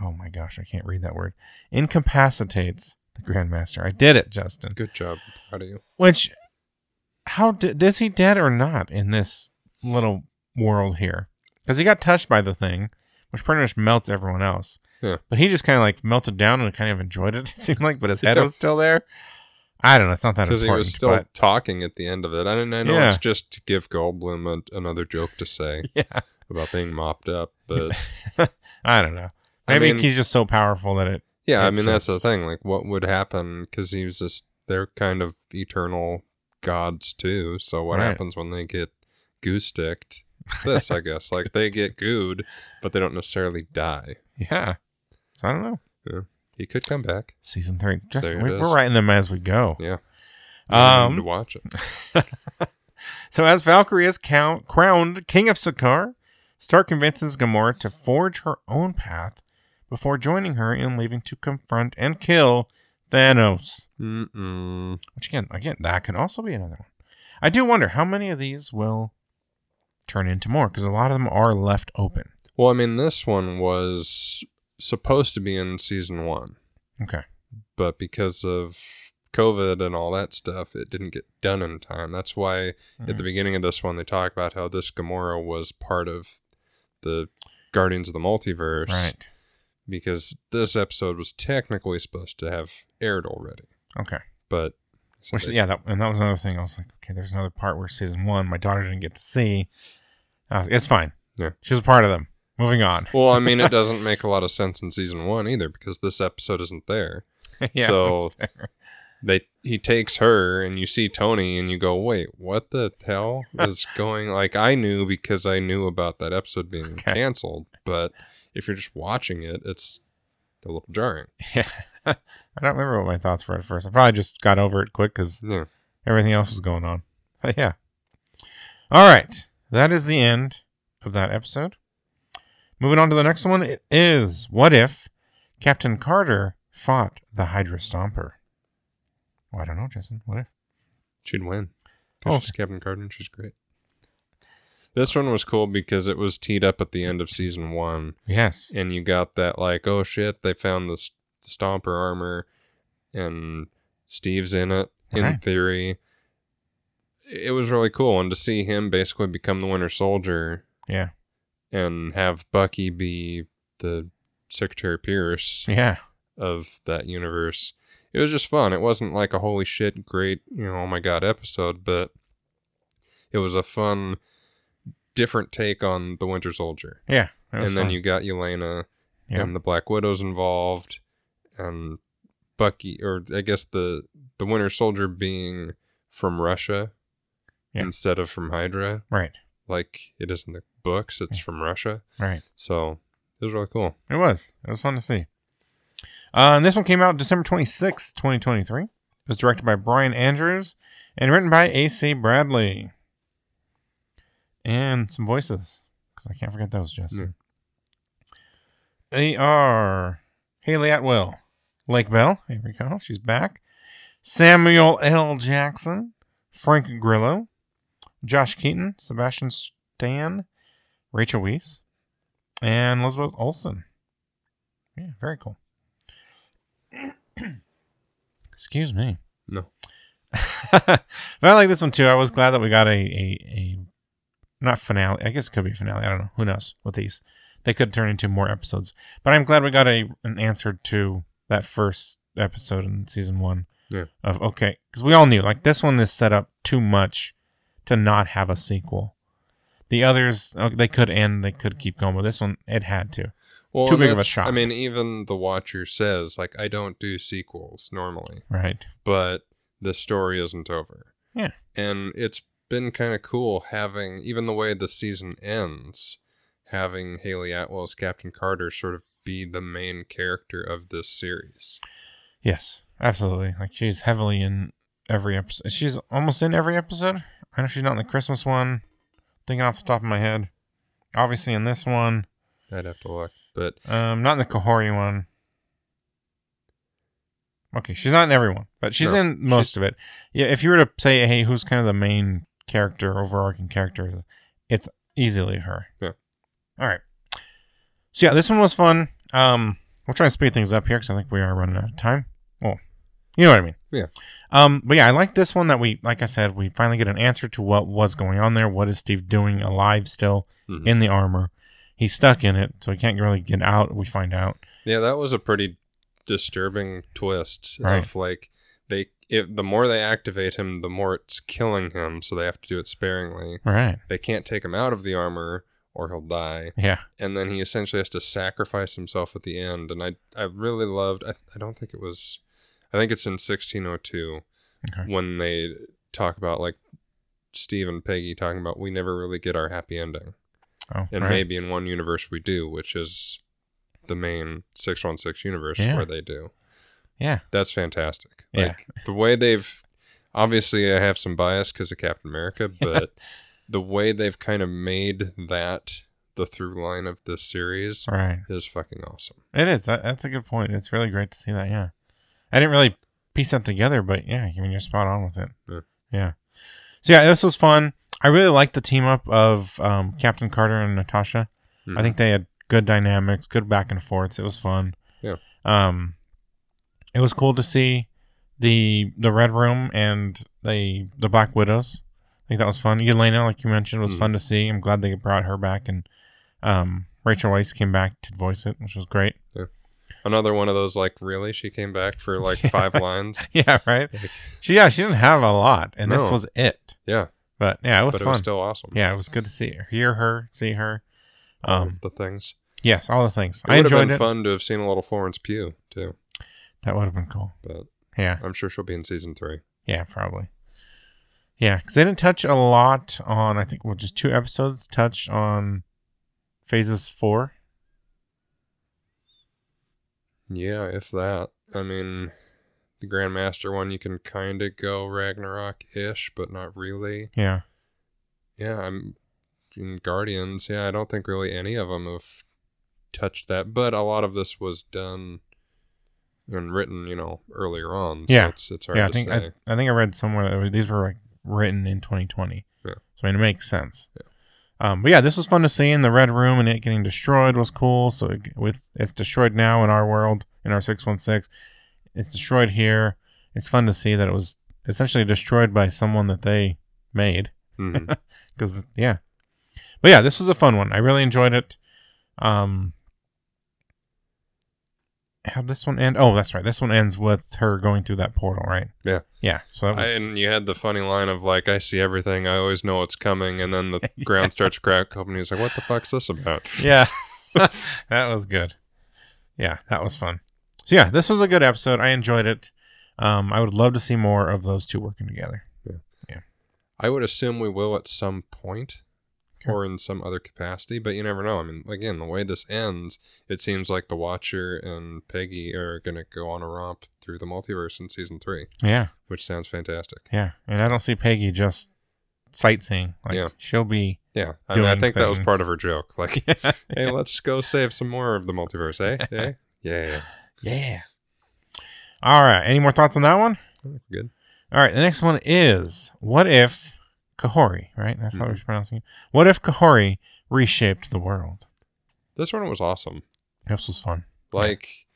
[SPEAKER 1] Oh my gosh, I can't read that word. Incapacitates the Grandmaster. I did it, Justin.
[SPEAKER 2] Good job. Proud of you.
[SPEAKER 1] Which, how did is he dead or not in this little world here? Because he got touched by the thing, which pretty much melts everyone else.
[SPEAKER 2] Yeah.
[SPEAKER 1] But he just kind of like melted down and kind of enjoyed it. [laughs] It seemed like, but his head
[SPEAKER 2] Yeah.
[SPEAKER 1] was still there. I don't know. It's not that
[SPEAKER 2] Because
[SPEAKER 1] important.
[SPEAKER 2] he was still
[SPEAKER 1] but-
[SPEAKER 2] talking at the end of it. I, don't- I know
[SPEAKER 1] Yeah.
[SPEAKER 2] it's just to give Goldblum a, another joke to say
[SPEAKER 1] [laughs] yeah,
[SPEAKER 2] about being mopped up, but
[SPEAKER 1] I don't know.
[SPEAKER 2] I
[SPEAKER 1] Maybe
[SPEAKER 2] mean-
[SPEAKER 1] he's just so powerful that it.
[SPEAKER 2] Yeah, I
[SPEAKER 1] It
[SPEAKER 2] mean that's the
[SPEAKER 1] just-
[SPEAKER 2] thing. Like, what would happen? Because he was just they're kind of eternal gods too. So what
[SPEAKER 1] Right.
[SPEAKER 2] happens when they get goo sticked? This, I guess. Like they get gooed, but they don't necessarily die.
[SPEAKER 1] Yeah. So I don't know.
[SPEAKER 2] He could come back.
[SPEAKER 1] Season three. Just
[SPEAKER 2] There it
[SPEAKER 1] we,
[SPEAKER 2] is.
[SPEAKER 1] we're writing them as we go.
[SPEAKER 2] Yeah.
[SPEAKER 1] Um,
[SPEAKER 2] to watch it.
[SPEAKER 1] So as Valkyrie is count, crowned King of Sakaar, Stark convinces Gamora to forge her own path before joining her in leaving to confront and kill Thanos.
[SPEAKER 2] Mm-mm.
[SPEAKER 1] Which again, again, that could also be another one. I do wonder how many of these will turn into more because a lot of them are left open.
[SPEAKER 2] Well, I mean, this one was supposed to be in season one,
[SPEAKER 1] Okay.
[SPEAKER 2] but because of COVID and all that stuff, it didn't get done in time. That's why
[SPEAKER 1] Mm-hmm.
[SPEAKER 2] At the beginning of this one, they talk about how this Gamora was part of the Guardians of the Multiverse.
[SPEAKER 1] right.
[SPEAKER 2] Because this episode was technically supposed to have aired already.
[SPEAKER 1] Okay.
[SPEAKER 2] But so
[SPEAKER 1] Which
[SPEAKER 2] they-
[SPEAKER 1] yeah, that, and that was another thing. I was like, okay, there's another part where season one my daughter didn't get to see. I was- it's fine.
[SPEAKER 2] Yeah.
[SPEAKER 1] She was a part of them. Moving on. [laughs]
[SPEAKER 2] well, I mean, it doesn't make a lot of sense in season one either because this episode isn't there. So-
[SPEAKER 1] that's fair.
[SPEAKER 2] They he takes her and you see Tony and you go, wait, what the hell [laughs] is going? Like I knew because I knew about that episode being
[SPEAKER 1] Okay.
[SPEAKER 2] canceled, but if you're just watching it, it's a little jarring.
[SPEAKER 1] Yeah. I don't remember what my thoughts were at first. I probably just got over it quick because
[SPEAKER 2] Yeah.
[SPEAKER 1] everything else was going on. [laughs] But yeah. All right. That is the end of that episode. Moving on to the next one. It is What If Captain Carter fought the Hydra Stomper? Well, I don't know, Jason. What if?
[SPEAKER 2] She'd win.
[SPEAKER 1] Oh,
[SPEAKER 2] Oh, she's Captain Carter. She's great. This one was cool because it was teed up at the end of season one,
[SPEAKER 1] Yes.
[SPEAKER 2] and you got that like, oh shit, they found this Stomper armor, and Steve's in it. In
[SPEAKER 1] Right.
[SPEAKER 2] theory, it was really cool, and to see him basically become the Winter Soldier
[SPEAKER 1] Yeah.
[SPEAKER 2] and have Bucky be the Secretary Pierce
[SPEAKER 1] Yeah.
[SPEAKER 2] of that universe. It was just fun. It wasn't like a holy shit, great, you know, oh my god episode, but it was a fun, different take on the Winter Soldier.
[SPEAKER 1] Yeah. That was
[SPEAKER 2] And then
[SPEAKER 1] fun.
[SPEAKER 2] you got Yelena
[SPEAKER 1] Yeah.
[SPEAKER 2] and the Black Widows involved, and Bucky, or I guess the the Winter Soldier being from Russia
[SPEAKER 1] Yeah.
[SPEAKER 2] instead of from Hydra,
[SPEAKER 1] Right.
[SPEAKER 2] like it is in the books. It's from Russia,
[SPEAKER 1] Right.
[SPEAKER 2] so it was really cool.
[SPEAKER 1] It was. It was fun to see. Uh, and this one came out December 26th, 2023. It was directed by Brian Andrews and written by A.C. Bradley. And some voices, because I can't forget those, Justin. They are Haley Atwell, Lake Bell, here we go, she's back. Samuel L. Jackson, Frank Grillo, Josh Keaton, Sebastian Stan, Rachel Weisz, and Elizabeth Olsen. Yeah, very cool. [clears throat] Excuse me.
[SPEAKER 2] No.
[SPEAKER 1] but I like this one too. I was glad that we got a, a, a not finale. I guess it could be a finale. I don't know. Who knows with these? They could turn into more episodes. But I'm glad we got a an answer to that first episode in season one
[SPEAKER 2] Yeah.
[SPEAKER 1] Of okay, because we all knew like this one is set up too much to not have a sequel. The others oh, they could end, they could keep going, but this one it had to.
[SPEAKER 2] Well,
[SPEAKER 1] Too
[SPEAKER 2] and
[SPEAKER 1] big of a
[SPEAKER 2] that's- I
[SPEAKER 1] shock.
[SPEAKER 2] mean, even the Watcher says, like, I don't do sequels normally,
[SPEAKER 1] Right.
[SPEAKER 2] but the story isn't over.
[SPEAKER 1] Yeah.
[SPEAKER 2] And it's been kind of cool having, even the way the season ends, having Haley Atwell's Captain Carter sort of be the main character of this series.
[SPEAKER 1] Yes, absolutely. Like she's heavily in every episode. She's almost in every episode. I know she's not in the Christmas one. Thinking off the top of my head, obviously in this one,
[SPEAKER 2] I'd have to look. But
[SPEAKER 1] um, not in the Kahori one. Okay, she's not in everyone, but she's
[SPEAKER 2] No,
[SPEAKER 1] in most of it. Yeah, if you were to say, hey, who's kind of the main character, overarching character, it's easily her.
[SPEAKER 2] Yeah.
[SPEAKER 1] All right. So yeah, this one was fun. Um, we'll try and speed things up here because I think we are running out of time. Well, you know what I mean.
[SPEAKER 2] Yeah.
[SPEAKER 1] Um, but yeah, I like this one that we, like I said, we finally get an answer to what was going on there. What is Steve doing alive still
[SPEAKER 2] Mhm.
[SPEAKER 1] in the armor? He's stuck in it, so he can't really get out. We find out.
[SPEAKER 2] Yeah, that was a pretty disturbing twist
[SPEAKER 1] Right.
[SPEAKER 2] of like they if the more they activate him, the more it's killing him, so they have to do it sparingly.
[SPEAKER 1] Right.
[SPEAKER 2] They can't take him out of the armor or he'll die.
[SPEAKER 1] Yeah.
[SPEAKER 2] And then he essentially has to sacrifice himself at the end. And I I really loved I, I don't think it was I think it's in 1602
[SPEAKER 1] Okay.
[SPEAKER 2] when they talk about like Steve and Peggy talking about we never really get our happy ending.
[SPEAKER 1] Oh,
[SPEAKER 2] And
[SPEAKER 1] right.
[SPEAKER 2] maybe in one universe we do, which is the main 616 universe
[SPEAKER 1] Yeah.
[SPEAKER 2] where they do.
[SPEAKER 1] Yeah.
[SPEAKER 2] That's fantastic.
[SPEAKER 1] Yeah.
[SPEAKER 2] Like the way they've obviously I have some bias because of
[SPEAKER 1] [laughs]
[SPEAKER 2] Captain America, but the way they've kind of made that the through line of this series
[SPEAKER 1] Right.
[SPEAKER 2] is fucking awesome.
[SPEAKER 1] It is. That, that's a good point. It's really great to see that. Yeah, I didn't really piece that together, but yeah, I mean you're spot on with it.
[SPEAKER 2] Yeah.
[SPEAKER 1] Yeah. So yeah, this was fun. I really liked the team up of um, Captain Carter and Natasha. I
[SPEAKER 2] Hmm.
[SPEAKER 1] think they had good dynamics, good back and forths. It was fun.
[SPEAKER 2] Yeah.
[SPEAKER 1] Um, it was cool to see the the Red Room and the the Black Widows. I think that was fun. Yelena, like you mentioned, was
[SPEAKER 2] Mhm.
[SPEAKER 1] fun to see. I'm glad they brought her back, and um, Rachel Weisz came back to voice it, which was great. [laughs]
[SPEAKER 2] another one of those like really she came back
[SPEAKER 1] [laughs]
[SPEAKER 2] for like five lines.
[SPEAKER 1] yeah, right.
[SPEAKER 2] Like,
[SPEAKER 1] She yeah, she didn't have a lot, and this
[SPEAKER 2] No.
[SPEAKER 1] was it.
[SPEAKER 2] yeah,
[SPEAKER 1] But yeah, it was
[SPEAKER 2] but it
[SPEAKER 1] fun.
[SPEAKER 2] was still awesome.
[SPEAKER 1] yeah, it was good to see her, hear her, see her.
[SPEAKER 2] All of
[SPEAKER 1] Um,
[SPEAKER 2] the things.
[SPEAKER 1] yes, all the things.
[SPEAKER 2] It
[SPEAKER 1] I
[SPEAKER 2] would have
[SPEAKER 1] enjoyed
[SPEAKER 2] been
[SPEAKER 1] it.
[SPEAKER 2] fun to have seen a little Florence Pugh too,
[SPEAKER 1] That would have been cool.
[SPEAKER 2] but
[SPEAKER 1] Yeah,
[SPEAKER 2] I'm sure she'll be in season three.
[SPEAKER 1] yeah, probably. Yeah, because they didn't touch a lot on. I think well, just two episodes touched on phases four.
[SPEAKER 2] Yeah, if that. I mean, the Grandmaster one, you can kind of go Ragnarok ish, but not really.
[SPEAKER 1] Yeah,
[SPEAKER 2] Yeah, I'm in Guardians. Yeah, I don't think really any of them have touched that, but a lot of this was done and written, you know, earlier on. So
[SPEAKER 1] Yeah.
[SPEAKER 2] it's, it's hard
[SPEAKER 1] yeah. I
[SPEAKER 2] to
[SPEAKER 1] think
[SPEAKER 2] say.
[SPEAKER 1] [laughs] I, I think I read somewhere that these were like written in 2020.
[SPEAKER 2] Yeah.
[SPEAKER 1] So I mean, it makes sense. Um, but yeah, this was fun to see in the red room and it getting destroyed was cool. So it, with it's destroyed now in our world in our 616, it's destroyed here. It's fun to see that it was essentially destroyed by someone that they made
[SPEAKER 2] Mhm.
[SPEAKER 1] because yeah. But yeah, this was a fun one. I really enjoyed it. Um How'd this one end? Oh, that's right. This one ends with her going through that portal, right?
[SPEAKER 2] Yeah.
[SPEAKER 1] Yeah. So that
[SPEAKER 2] I,
[SPEAKER 1] was
[SPEAKER 2] and you had the funny line of like, I see everything. I always know what's coming.
[SPEAKER 1] [laughs]
[SPEAKER 2] And then the ground starts to crack open. He's like, what the fuck's this about? [laughs]
[SPEAKER 1] yeah, [laughs] that was good. Yeah, that was fun. So yeah, this was a good episode. I enjoyed it. Um, I would love to see more of those two working together.
[SPEAKER 2] I would assume we will at some point
[SPEAKER 1] Okay.
[SPEAKER 2] or in some other capacity, but you never know. I mean, again, the way this ends, it seems like the Watcher and Peggy are going to go on a romp through the multiverse in season three,
[SPEAKER 1] Yeah,
[SPEAKER 2] which sounds fantastic.
[SPEAKER 1] yeah. And I don't see Peggy just sightseeing. Like
[SPEAKER 2] Yeah.
[SPEAKER 1] she'll be.
[SPEAKER 2] Yeah. I mean, I
[SPEAKER 1] Doing
[SPEAKER 2] think that was part
[SPEAKER 1] things.
[SPEAKER 2] of her joke. Like,
[SPEAKER 1] [laughs] Yeah.
[SPEAKER 2] hey, let's go save some more of the
[SPEAKER 1] [laughs]
[SPEAKER 2] multiverse, eh? Eh? Yeah.
[SPEAKER 1] yeah. All right. Any more thoughts on that one?
[SPEAKER 2] Good.
[SPEAKER 1] All right, the next one is what if Kahori, right? That's how we're pronouncing it. What if Kahori reshaped the world?
[SPEAKER 2] This one was awesome.
[SPEAKER 1] This was fun.
[SPEAKER 2] Like,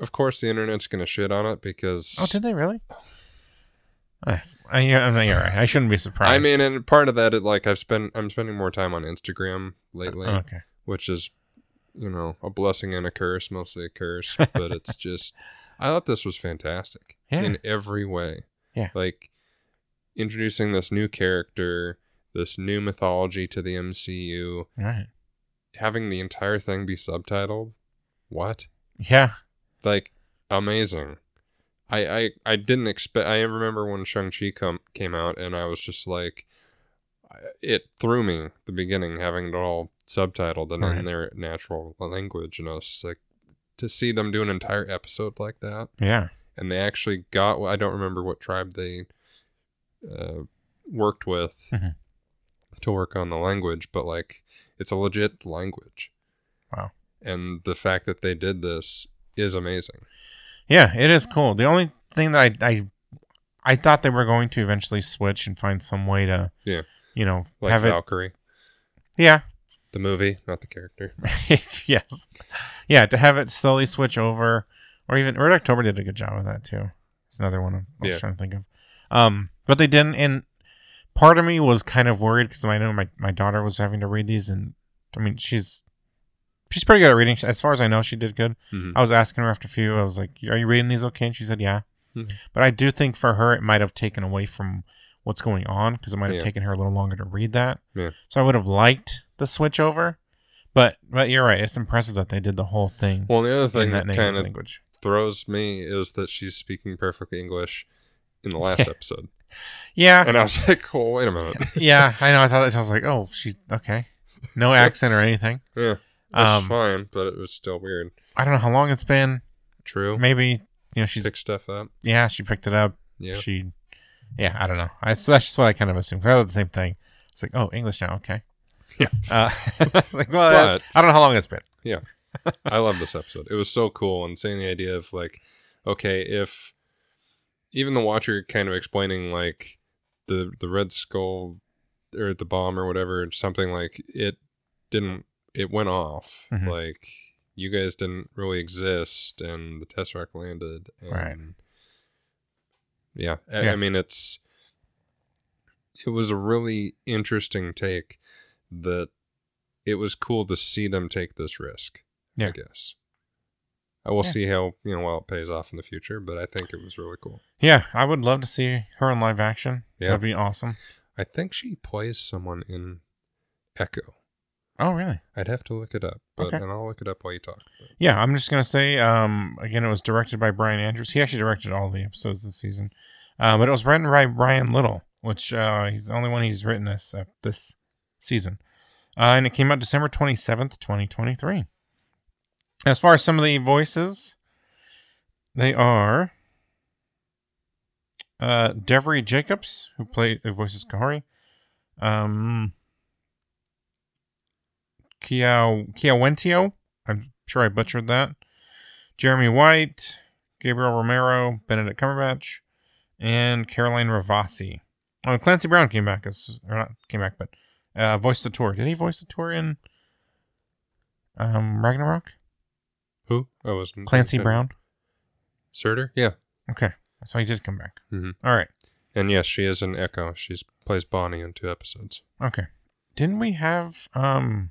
[SPEAKER 2] of course, the internet's going to shit on it because.
[SPEAKER 1] Oh, did they really? I, Ah, I, you're, I mean, you're right. I shouldn't be surprised.
[SPEAKER 2] I mean, and part of that, it, like I've spent, I'm spending more time on Instagram lately.
[SPEAKER 1] okay. [laughs]
[SPEAKER 2] which is you know a blessing and a curse mostly a curse but it's just I thought this was fantastic
[SPEAKER 1] Yeah.
[SPEAKER 2] in every way.
[SPEAKER 1] Yeah.
[SPEAKER 2] Like introducing this new character, this new mythology to the MCU,
[SPEAKER 1] Right.
[SPEAKER 2] having the entire thing be subtitled. What?
[SPEAKER 1] Yeah.
[SPEAKER 2] Like amazing. I I, I didn't expect I remember when Shang-Chi come came out and I was just like I- it threw me at the beginning having it all subtitled and
[SPEAKER 1] Right.
[SPEAKER 2] in their natural language and I was just like to see them do an entire episode like that
[SPEAKER 1] Yeah.
[SPEAKER 2] and they actually got I don't remember what tribe they uh, worked with
[SPEAKER 1] Mhm.
[SPEAKER 2] to work on the language, but like it's a legit language.
[SPEAKER 1] Wow.
[SPEAKER 2] And the fact that they did this is amazing.
[SPEAKER 1] Yeah, it is cool. The only thing that I I, I thought they were going to eventually switch and find some way to
[SPEAKER 2] Yeah.
[SPEAKER 1] you know
[SPEAKER 2] Like
[SPEAKER 1] have it
[SPEAKER 2] Valkyrie,
[SPEAKER 1] yeah
[SPEAKER 2] the movie, not the character.
[SPEAKER 1] [laughs] yes yeah to have it slowly switch over or even Red October did a good job of that too. It's another one I'm I was
[SPEAKER 2] Yeah.
[SPEAKER 1] trying to think of. Um, but they didn't, and part of me was kind of worried because I know my my daughter was having to read these, and I mean she's she's pretty good at reading. As far as I know, she did good.
[SPEAKER 2] Mhm.
[SPEAKER 1] I was asking her after a few. I was like, "Are you reading these okay?" And she said, "Yeah."
[SPEAKER 2] Mhm.
[SPEAKER 1] But I do think for her, it might have taken away from what's going on because it might have
[SPEAKER 2] Yeah.
[SPEAKER 1] taken her a little longer to read that.
[SPEAKER 2] Yeah.
[SPEAKER 1] So I would have liked the switch over, but but you're right. It's impressive that they did the whole thing
[SPEAKER 2] Well, the other
[SPEAKER 1] in
[SPEAKER 2] thing
[SPEAKER 1] that
[SPEAKER 2] that,
[SPEAKER 1] native
[SPEAKER 2] kind of
[SPEAKER 1] language.
[SPEAKER 2] throws me is that she's speaking perfect English in
[SPEAKER 1] [laughs]
[SPEAKER 2] the last episode,
[SPEAKER 1] Yeah,
[SPEAKER 2] and I was [laughs] like, "Well, wait a minute."
[SPEAKER 1] [laughs] yeah. I know. I thought that I was like, "Oh, she okay." No accent or anything.
[SPEAKER 2] yeah, that's
[SPEAKER 1] Um,
[SPEAKER 2] fine, but it was still weird.
[SPEAKER 1] I don't know how long it's been.
[SPEAKER 2] True.
[SPEAKER 1] Maybe you know she's
[SPEAKER 2] Pick stuff up.
[SPEAKER 1] yeah she picked it up.
[SPEAKER 2] Yeah.
[SPEAKER 1] She yeah I don't know. I so that's just what I kind of assumed. 'Cause I thought the same thing. It's like oh English now okay.
[SPEAKER 2] Yeah.
[SPEAKER 1] Uh, [laughs] it's like well
[SPEAKER 2] But-
[SPEAKER 1] I don't know how long it's been.
[SPEAKER 2] I love this episode. It was so cool and seeing the idea of like, okay, if even the Watcher kind of explaining like the the Red Skull or the bomb or whatever, something like it didn't it went off.
[SPEAKER 1] Mhm.
[SPEAKER 2] Like you guys didn't really exist and the Tesseract landed and
[SPEAKER 1] Right.
[SPEAKER 2] yeah, I,
[SPEAKER 1] Yeah.
[SPEAKER 2] I mean it's it was a really interesting take that it was cool to see them take this risk.
[SPEAKER 1] Yeah.
[SPEAKER 2] I guess. I will
[SPEAKER 1] Yeah.
[SPEAKER 2] see how you know well it pays off in the future, but I think it was really cool.
[SPEAKER 1] Yeah, I would love to see her in live action.
[SPEAKER 2] Yeah.
[SPEAKER 1] That'd be awesome.
[SPEAKER 2] I think she plays someone in Echo.
[SPEAKER 1] Oh really?
[SPEAKER 2] I'd have to look it up, but
[SPEAKER 1] Okay.
[SPEAKER 2] and I'll look it up while you talk. But
[SPEAKER 1] Yeah, I'm just gonna say. Um, again, it was directed by Brian Andrews. He actually directed all the episodes this season, uh, but it was written by Brian Little, which uh, he's the only one he's written this uh, this season, uh, and it came out December 27th, 2023. As far as some of the voices, they are uh, Devery Jacobs, who played who voices Kahari, um, Kia Kiawentio. I'm sure I butchered that. Jeremy White, Gabriel Romero, Benedict Cumberbatch, and Caroline Ravasi. Oh, Clancy Brown came back as or not came back, but uh, voiced the tour. Did he voice the tour in um, Ragnarok?
[SPEAKER 2] who? I wasn't
[SPEAKER 1] Clancy
[SPEAKER 2] okay.
[SPEAKER 1] Brown.
[SPEAKER 2] Surtur? Yeah.
[SPEAKER 1] Okay, so he did come back.
[SPEAKER 2] Mhm.
[SPEAKER 1] All right.
[SPEAKER 2] And yes, she is in Echo. She's plays Bonnie in two episodes.
[SPEAKER 1] Okay. Didn't we have um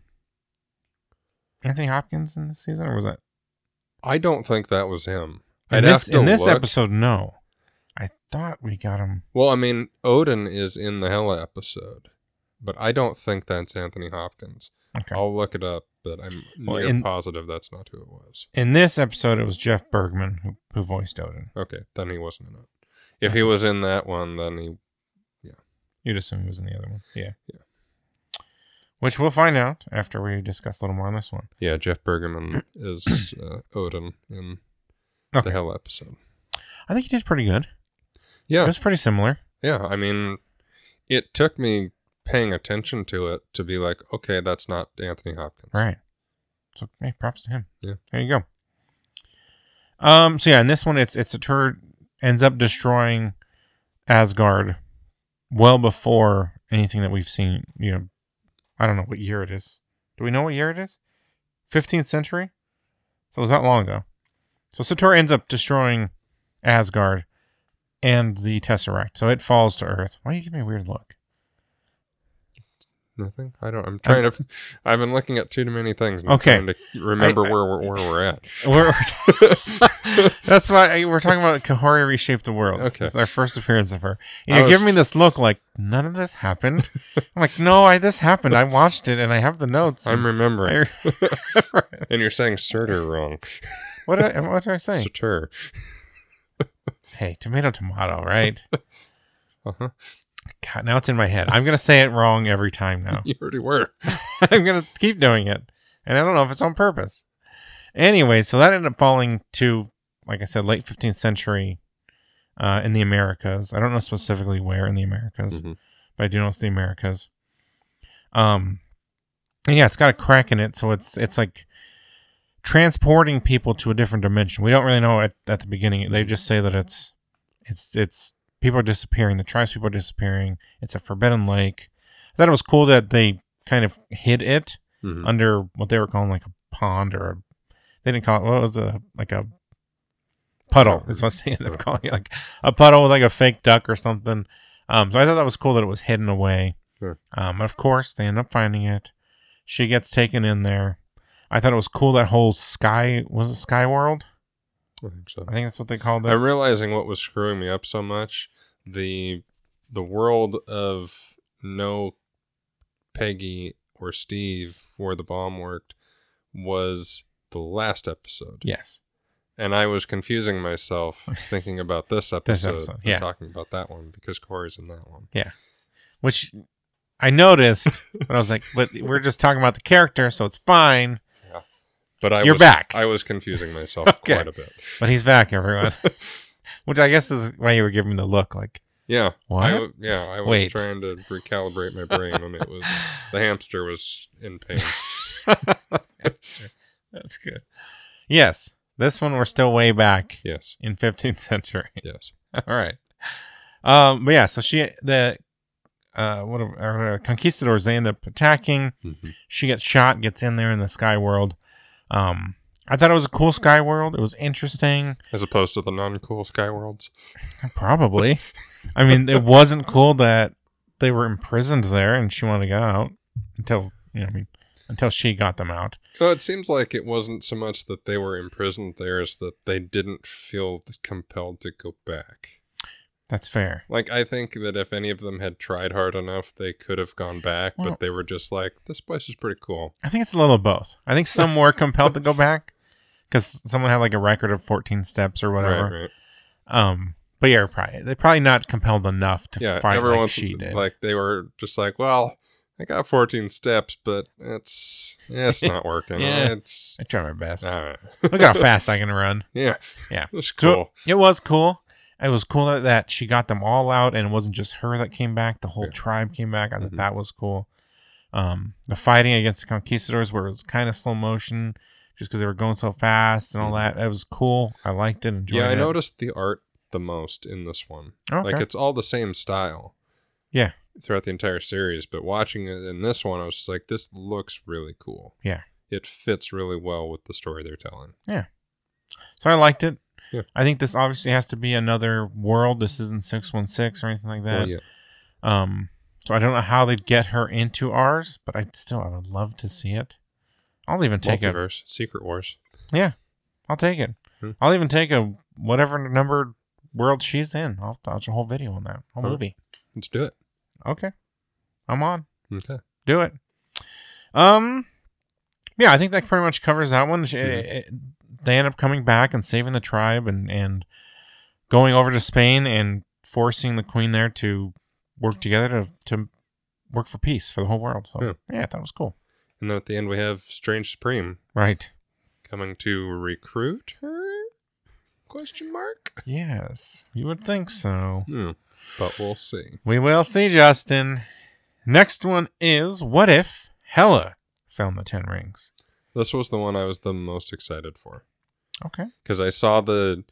[SPEAKER 1] Anthony Hopkins in this season, or was that
[SPEAKER 2] I don't think that was him.
[SPEAKER 1] in
[SPEAKER 2] I'd
[SPEAKER 1] this,
[SPEAKER 2] have to
[SPEAKER 1] in this
[SPEAKER 2] look.
[SPEAKER 1] episode? No, I thought we got him.
[SPEAKER 2] Well, I mean, Odin is in the Hela episode, but I don't think that's Anthony Hopkins.
[SPEAKER 1] Okay.
[SPEAKER 2] I'll look it up, but I'm
[SPEAKER 1] Well,
[SPEAKER 2] near
[SPEAKER 1] in-
[SPEAKER 2] positive that's not who it was.
[SPEAKER 1] In this episode, it was Jeff Bergman who, who voiced Odin.
[SPEAKER 2] Okay, then he wasn't in it. If he was in that one, then he
[SPEAKER 1] You'd assume he was in the other one. Yeah.
[SPEAKER 2] Yeah.
[SPEAKER 1] Which we'll find out after we discuss a little more on this one.
[SPEAKER 2] yeah, Jeff Bergman [clears throat] is uh, Odin in
[SPEAKER 1] Okay.
[SPEAKER 2] the Hell episode.
[SPEAKER 1] I think he did pretty good. It
[SPEAKER 2] Yeah,
[SPEAKER 1] was pretty similar.
[SPEAKER 2] yeah. I mean, it took me paying attention to it to be like, okay, that's not Anthony Hopkins.
[SPEAKER 1] Right. So hey, props to him.
[SPEAKER 2] Yeah.
[SPEAKER 1] There you go. Um, so yeah, in this one it's it's a turd ends up destroying Asgard well before anything that we've seen, you know. I don't know what year it is. Do we know what year it is? Fifteenth century? So it was that long ago. So Sator ends up destroying Asgard and the Tesseract. So it falls to Earth. Why are you giving me a weird look?
[SPEAKER 2] Nothing. I don't. I'm trying to. [laughs] I've been looking at too many things. and I'm
[SPEAKER 1] Okay.
[SPEAKER 2] Trying to remember
[SPEAKER 1] I- Oh,
[SPEAKER 2] where we're where we're at.
[SPEAKER 1] We're, [laughs] that's why I- we're talking about Kahori reshaped the world.
[SPEAKER 2] Okay.
[SPEAKER 1] it's our first appearance of her.
[SPEAKER 2] I
[SPEAKER 1] And you're
[SPEAKER 2] was-
[SPEAKER 1] giving me this look like none of this [laughs] happened. I'm like, no, I this happened. I watched it and I have the notes.
[SPEAKER 2] I'm remembering,
[SPEAKER 1] I-
[SPEAKER 2] [laughs]
[SPEAKER 1] [laughs]
[SPEAKER 2] and you're saying Surtur wrong.
[SPEAKER 1] what did I, what did I say? [laughs]
[SPEAKER 2] Surtur.
[SPEAKER 1] hey, tomato, tomato, right?
[SPEAKER 2] Uh-huh.
[SPEAKER 1] God, now it's in my head. I'm gonna say it wrong every time now.
[SPEAKER 2] [laughs] You already were.
[SPEAKER 1] [laughs] I'm gonna keep doing it, and I don't know if it's on purpose. Anyway, so that ended up falling to, like I said, late 15th century uh, in the Americas. I don't know specifically where in the Americas,
[SPEAKER 2] Mhm.
[SPEAKER 1] but I do know it's the Americas. Um, and yeah, it's got a crack in it, so it's it's like transporting people to a different dimension. We don't really know at, at the beginning. They just say that it's it's it's people are disappearing. The tribes people are disappearing. It's a forbidden lake. I thought it was cool that they kind of hid it
[SPEAKER 2] Mhm.
[SPEAKER 1] under what they were calling like a pond or a, they didn't call it what was a like a puddle is what they ended up calling it like a puddle with like a fake duck or something. Um, so I thought that was cool that it was hidden away.
[SPEAKER 2] Sure.
[SPEAKER 1] Um, of course they end up finding it. She gets taken in there. I thought it was cool that whole sky was it Sky World?
[SPEAKER 2] I think so.
[SPEAKER 1] I think that's what they called it.
[SPEAKER 2] I'm realizing what was screwing me up so much. The the world of no Peggy or Steve where the bomb worked was the last episode.
[SPEAKER 1] yes.
[SPEAKER 2] And I was confusing
[SPEAKER 1] [laughs]
[SPEAKER 2] myself thinking about this episode,
[SPEAKER 1] episode,
[SPEAKER 2] and
[SPEAKER 1] yeah.
[SPEAKER 2] talking about that one because Corey's in that one.
[SPEAKER 1] Which I [laughs] noticed, but I was like, but we're just talking about the character, so it's fine.
[SPEAKER 2] But I
[SPEAKER 1] You're
[SPEAKER 2] was,
[SPEAKER 1] back.
[SPEAKER 2] I was confusing
[SPEAKER 1] [laughs]
[SPEAKER 2] myself
[SPEAKER 1] Okay.
[SPEAKER 2] quite a bit.
[SPEAKER 1] But he's back, everyone. [laughs] Which I guess is why you were giving me the look like
[SPEAKER 2] Yeah.
[SPEAKER 1] what?
[SPEAKER 2] I w- yeah, I was
[SPEAKER 1] Wait.
[SPEAKER 2] trying to recalibrate my brain and it was the hamster was in
[SPEAKER 1] [laughs]
[SPEAKER 2] pain.
[SPEAKER 1] [sighs] That's good. Yes. This one we're still way back
[SPEAKER 2] Yes.
[SPEAKER 1] in 15th [laughs] century.
[SPEAKER 2] Yes.
[SPEAKER 1] All right. Um, but yeah, so she the uh what are, uh, conquistadors they end up attacking.
[SPEAKER 2] Mhm.
[SPEAKER 1] She gets shot, gets in there in the sky world. Um I thought it was a cool sky world. It was interesting.
[SPEAKER 2] As opposed to the non cool sky worlds.
[SPEAKER 1] Probably. I mean, it wasn't cool that they were imprisoned there and she wanted to get out until, you know, I mean, until she got them out.
[SPEAKER 2] Well, it seems like it wasn't so much that they were imprisoned there as that they didn't feel compelled to go back.
[SPEAKER 1] That's fair.
[SPEAKER 2] Like, I think that if any of them had tried hard enough, they could have gone back,
[SPEAKER 1] Well-
[SPEAKER 2] but they were just like, this place is pretty cool.
[SPEAKER 1] I think it's a little of both. I think some were compelled to go back because someone had like a record of 14 steps or whatever.
[SPEAKER 2] Right, right.
[SPEAKER 1] Um, but yeah, probably they're probably not compelled enough to
[SPEAKER 2] Yeah,
[SPEAKER 1] fight like
[SPEAKER 2] everyone's
[SPEAKER 1] she did.
[SPEAKER 2] like, they were just like, well, I got 14 steps, but it's,
[SPEAKER 1] [laughs]
[SPEAKER 2] yeah, it's not working.
[SPEAKER 1] Yeah.
[SPEAKER 2] It's,
[SPEAKER 1] I try my best.
[SPEAKER 2] [laughs] all right.
[SPEAKER 1] Look how fast I can run.
[SPEAKER 2] yeah.
[SPEAKER 1] Yeah.
[SPEAKER 2] It's
[SPEAKER 1] So-
[SPEAKER 2] cool.
[SPEAKER 1] It was cool. It was cool that- that she got them all out, and it wasn't just her that came back. The whole
[SPEAKER 2] Yeah.
[SPEAKER 1] tribe came back. I thought
[SPEAKER 2] Mhm.
[SPEAKER 1] that was cool. Um, the fighting against the conquistadors, where it was kind of slow motion, just because they were going so fast and all that. It was cool. I liked it. Enjoyed
[SPEAKER 2] Mm-hmm. Yeah, I
[SPEAKER 1] it.
[SPEAKER 2] noticed the art the most in this one.
[SPEAKER 1] Okay.
[SPEAKER 2] Like it's all the same style.
[SPEAKER 1] Yeah.
[SPEAKER 2] Throughout the entire series, but watching it in this one, I was just like, this looks really cool.
[SPEAKER 1] Yeah.
[SPEAKER 2] It fits really well with the story they're telling.
[SPEAKER 1] So I liked it.
[SPEAKER 2] Yeah.
[SPEAKER 1] I think this obviously has to be another world. This isn't six one six or anything like that.
[SPEAKER 2] Well, Oh, yeah.
[SPEAKER 1] Um, so I don't know how they'd get her into ours, but I still I would love to see it. I'll even take it.
[SPEAKER 2] Multiverse, Secret Wars.
[SPEAKER 1] I'll take it.
[SPEAKER 2] Hmm.
[SPEAKER 1] I'll even take a whatever numbered world she's in. I'll watch a whole video on that. Whole
[SPEAKER 2] Huh.
[SPEAKER 1] movie.
[SPEAKER 2] Let's do it.
[SPEAKER 1] Okay, I'm on.
[SPEAKER 2] Okay.
[SPEAKER 1] Do it. Um, yeah, I think that pretty much covers that one. It-
[SPEAKER 2] Mhm.
[SPEAKER 1] it- they end up coming back and saving the tribe and and going over to Spain and forcing the queen there to work together to to work for peace for the whole world. So
[SPEAKER 2] Yeah.
[SPEAKER 1] yeah, I thought it was cool.
[SPEAKER 2] And then at the end, we have Strange Supreme
[SPEAKER 1] Right.
[SPEAKER 2] coming to recruit her? Question mark.
[SPEAKER 1] Yes, you would think so.
[SPEAKER 2] Hmm. But we'll see.
[SPEAKER 1] We will see, Justin. Next one is what if Hella found the Ten Rings?
[SPEAKER 2] This was the one I was the most excited for.
[SPEAKER 1] Okay.
[SPEAKER 2] because I saw the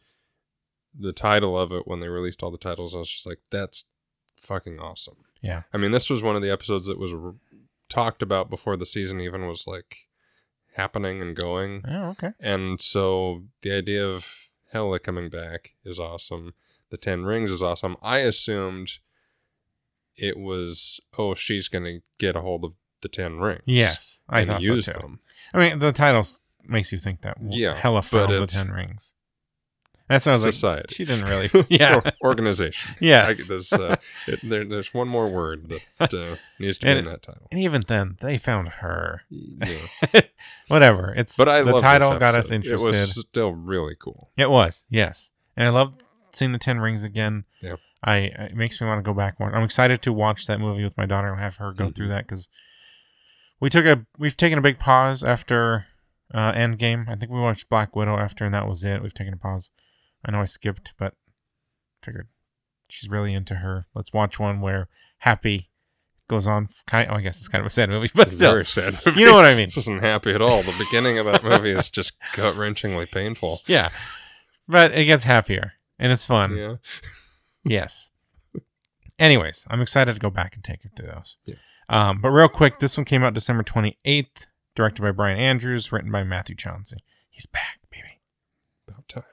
[SPEAKER 2] the title of it when they released all the titles. I was just like, "That's fucking awesome."
[SPEAKER 1] Yeah.
[SPEAKER 2] I mean, this was one of the episodes that was r talked about before the season even was like happening and going,
[SPEAKER 1] Oh, okay.
[SPEAKER 2] and so the idea of Hela coming back is awesome. The Ten Rings is awesome. I assumed it was oh she's gonna get a hold of the ten rings.
[SPEAKER 1] Yes, I
[SPEAKER 2] and
[SPEAKER 1] thought so
[SPEAKER 2] use
[SPEAKER 1] too.
[SPEAKER 2] them.
[SPEAKER 1] I mean, the title s- makes you think that. w-
[SPEAKER 2] Yeah,
[SPEAKER 1] hella found the
[SPEAKER 2] it's-
[SPEAKER 1] Ten Rings. That's what I was like.
[SPEAKER 2] Society.
[SPEAKER 1] She didn't really. [laughs]
[SPEAKER 2] [laughs]
[SPEAKER 1] Yeah.
[SPEAKER 2] Or- organization. I,
[SPEAKER 1] yes.
[SPEAKER 2] there's, uh, it, there, there's one more word that uh, needs to be
[SPEAKER 1] And
[SPEAKER 2] in
[SPEAKER 1] it-
[SPEAKER 2] that title.
[SPEAKER 1] and even then, they found her.
[SPEAKER 2] Yeah.
[SPEAKER 1] Whatever. It's
[SPEAKER 2] But I
[SPEAKER 1] the
[SPEAKER 2] love
[SPEAKER 1] title
[SPEAKER 2] this
[SPEAKER 1] got us
[SPEAKER 2] episode.
[SPEAKER 1] interested.
[SPEAKER 2] It was still really cool.
[SPEAKER 1] yes. And I love seeing the Ten Rings again.
[SPEAKER 2] Yeah.
[SPEAKER 1] I it makes me want to go back more. I'm excited to watch that movie with my daughter and have her go
[SPEAKER 2] Mhm.
[SPEAKER 1] through that because we took a we've taken a big pause after uh, Endgame. I think we watched Black Widow after, and that was it. We've taken a pause. I know I skipped, but figured she's really into her. Let's watch one where Happy goes on. Kind, oh, I guess it's kind of a sad movie, [laughs] but
[SPEAKER 2] It's
[SPEAKER 1] still,
[SPEAKER 2] very sad.
[SPEAKER 1] you know
[SPEAKER 2] [laughs]
[SPEAKER 1] what I mean.
[SPEAKER 2] This isn't happy at all. The beginning of that movie is just gut wrenchingly painful.
[SPEAKER 1] Yeah, but it gets happier and it's fun.
[SPEAKER 2] Yeah.
[SPEAKER 1] Yes. Anyways, I'm excited to go back and take it to those.
[SPEAKER 2] Yeah.
[SPEAKER 1] Um, but real quick, this one came out December 28th, directed by Brian Andrews, written by Matthew Chauncey. He's back, baby.
[SPEAKER 2] About time.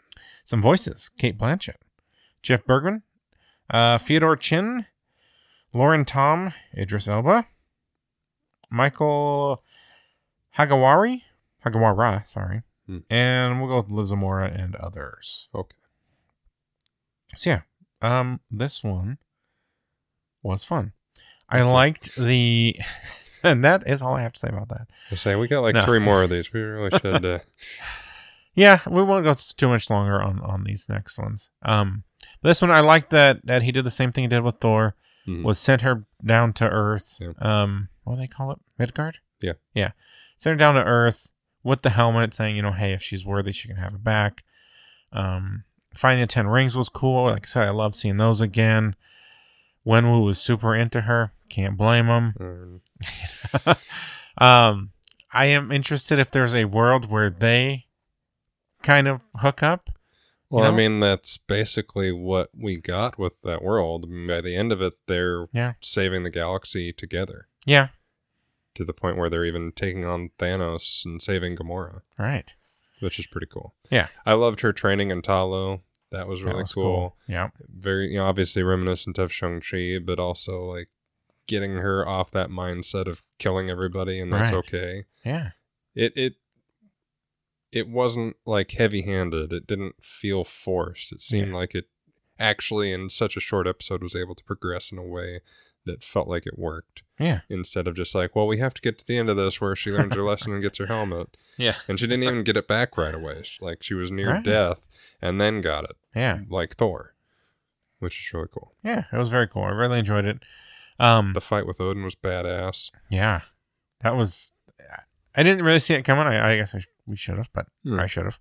[SPEAKER 1] Some voices: Kate Blanchett, Jeff Bergman, uh, Fyodor Chin, Lauren Tom, Idris Elba, Michael Hagawari, Hagawara, sorry,
[SPEAKER 2] Hmm.
[SPEAKER 1] and we'll go with Liv Zamora and others.
[SPEAKER 2] Okay.
[SPEAKER 1] So yeah, um, this one was fun. I
[SPEAKER 2] Okay.
[SPEAKER 1] liked the, [laughs] and that is all I have to say about that.
[SPEAKER 2] I say we got like
[SPEAKER 1] No.
[SPEAKER 2] three more of these. We really
[SPEAKER 1] [laughs]
[SPEAKER 2] should. Uh,
[SPEAKER 1] Yeah, we won't go s- too much longer on on these next ones. Um, this one I like that that he did the same thing he did with Thor
[SPEAKER 2] Mhm.
[SPEAKER 1] was sent her down to Earth.
[SPEAKER 2] Yeah.
[SPEAKER 1] Um, what do they call it? Midgard.
[SPEAKER 2] Yeah.
[SPEAKER 1] yeah. Sent her down to Earth with the helmet, saying you know, hey, if she's worthy, she can have it back. Um, finding the Ten Rings was cool. Like I said, I love seeing those again. Wenwu was super into her. Can't blame him.
[SPEAKER 2] um,
[SPEAKER 1] um, I am interested if there's a world where they kind of hook up.
[SPEAKER 2] well,
[SPEAKER 1] know?
[SPEAKER 2] I mean, that's basically what we got with that world. I mean, by the end of it, they're
[SPEAKER 1] Yeah.
[SPEAKER 2] saving the galaxy together
[SPEAKER 1] Yeah,
[SPEAKER 2] to the point where they're even taking on Thanos and saving Gamora.
[SPEAKER 1] right.
[SPEAKER 2] which is pretty cool.
[SPEAKER 1] Yeah.
[SPEAKER 2] I loved her training in Talo. That was
[SPEAKER 1] That
[SPEAKER 2] really
[SPEAKER 1] was
[SPEAKER 2] cool.
[SPEAKER 1] Yeah,
[SPEAKER 2] Very, you know, obviously reminiscent of Shang-Chi, but also like getting her off that mindset of killing everybody and that's
[SPEAKER 1] Right.
[SPEAKER 2] okay.
[SPEAKER 1] yeah,
[SPEAKER 2] It, it, it wasn't like heavy handed. It didn't feel forced. It seemed
[SPEAKER 1] Yeah.
[SPEAKER 2] like it actually, in such a short episode, was able to progress in a way that felt like it worked
[SPEAKER 1] yeah,
[SPEAKER 2] instead of just like, well, we have to get to the end of this where she learns her lesson and gets her helmet
[SPEAKER 1] yeah,
[SPEAKER 2] and she didn't even get it back right away. She- Like she was near
[SPEAKER 1] Right.
[SPEAKER 2] death and then got it,
[SPEAKER 1] yeah,
[SPEAKER 2] like Thor, which is really cool.
[SPEAKER 1] yeah. It was very cool. I really enjoyed it. Um,
[SPEAKER 2] The fight with Odin was badass.
[SPEAKER 1] yeah, that was. I didn't really see it coming. I, I guess I, sh- we should have, but
[SPEAKER 2] Hmm.
[SPEAKER 1] I should have.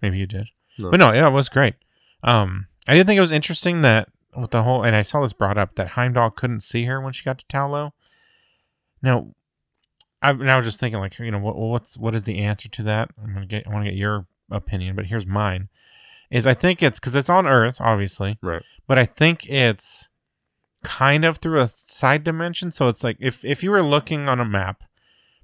[SPEAKER 1] Maybe you did,
[SPEAKER 2] No.
[SPEAKER 1] but no, yeah, it was great. Um, I did think it was interesting that with the whole, and I saw this brought up that Heimdall couldn't see her when she got to Tallow. Now, I, and I was just thinking, like, you know, what, what's what is the answer to that? I'm gonna get, I want to get your opinion, but here's mine: is I think it's because it's on Earth, obviously,
[SPEAKER 2] Right.
[SPEAKER 1] But I think it's kind of through a side dimension, so it's like if if you were looking on a map,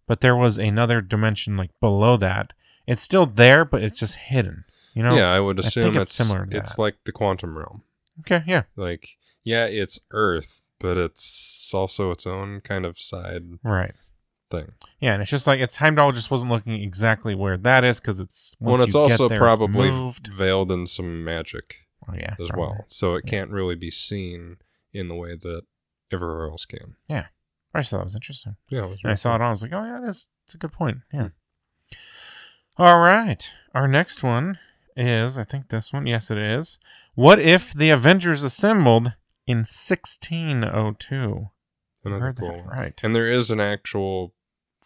[SPEAKER 1] but there was another dimension like below that, it's still there, but it's just hidden. You know?
[SPEAKER 2] yeah, I would
[SPEAKER 1] I think it's
[SPEAKER 2] assume it's
[SPEAKER 1] similar to
[SPEAKER 2] It's
[SPEAKER 1] that.
[SPEAKER 2] like the quantum realm.
[SPEAKER 1] Okay. Yeah.
[SPEAKER 2] Like, yeah, it's Earth, but it's also its own kind of side
[SPEAKER 1] Right.
[SPEAKER 2] thing.
[SPEAKER 1] Yeah, and it's just like it's Heimdall just wasn't looking exactly where that is because it's
[SPEAKER 2] Well,
[SPEAKER 1] once
[SPEAKER 2] it's
[SPEAKER 1] you get
[SPEAKER 2] also
[SPEAKER 1] there,
[SPEAKER 2] probably
[SPEAKER 1] moved.
[SPEAKER 2] veiled in some magic
[SPEAKER 1] Oh, yeah,
[SPEAKER 2] as
[SPEAKER 1] probably.
[SPEAKER 2] well, so it
[SPEAKER 1] Yeah.
[SPEAKER 2] can't really be seen in the way that everywhere else can.
[SPEAKER 1] I just thought that was interesting.
[SPEAKER 2] Yeah, it was
[SPEAKER 1] And I
[SPEAKER 2] really
[SPEAKER 1] saw it
[SPEAKER 2] cool.
[SPEAKER 1] on. I was like, oh yeah, that's that's a good point. Yeah. All right, our next one is I think this one. Yes, it is. What if the Avengers assembled in 1602? You
[SPEAKER 2] Another
[SPEAKER 1] Heard
[SPEAKER 2] cool.
[SPEAKER 1] that
[SPEAKER 2] one.
[SPEAKER 1] right?
[SPEAKER 2] And there is an actual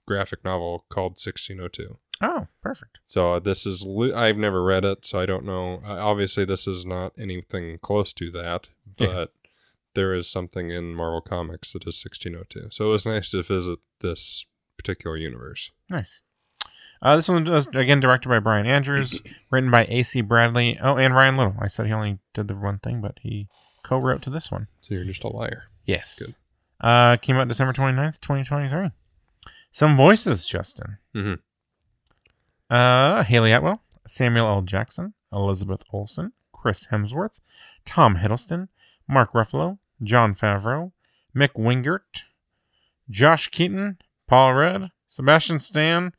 [SPEAKER 2] graphic novel called 1602.
[SPEAKER 1] Oh, perfect.
[SPEAKER 2] So uh, this is li- I've never read it, so I don't know. Uh, obviously, this is not anything close to [laughs] that,
[SPEAKER 1] Yeah.
[SPEAKER 2] but there is something in Marvel Comics that is 1602. So it was nice to visit this particular universe.
[SPEAKER 1] Nice. Uh, this one was again directed by Brian
[SPEAKER 2] [clears throat]
[SPEAKER 1] Andrews, written by A.C. Bradley. Oh, and Ryan Little. I said he only did the one thing, but he co-wrote to this one.
[SPEAKER 2] So you're just a liar.
[SPEAKER 1] Yes. Uh, came out December 29th, 2023. Some voices, Justin.
[SPEAKER 2] Mhm.
[SPEAKER 1] Uh, Haley Atwell, Samuel L. Jackson, Elizabeth Olsen, Chris Hemsworth, Tom Hiddleston, Mark Ruffalo, John Favreau, Mick Wingert, Josh Keaton, Paul Rudd, Sebastian Stan,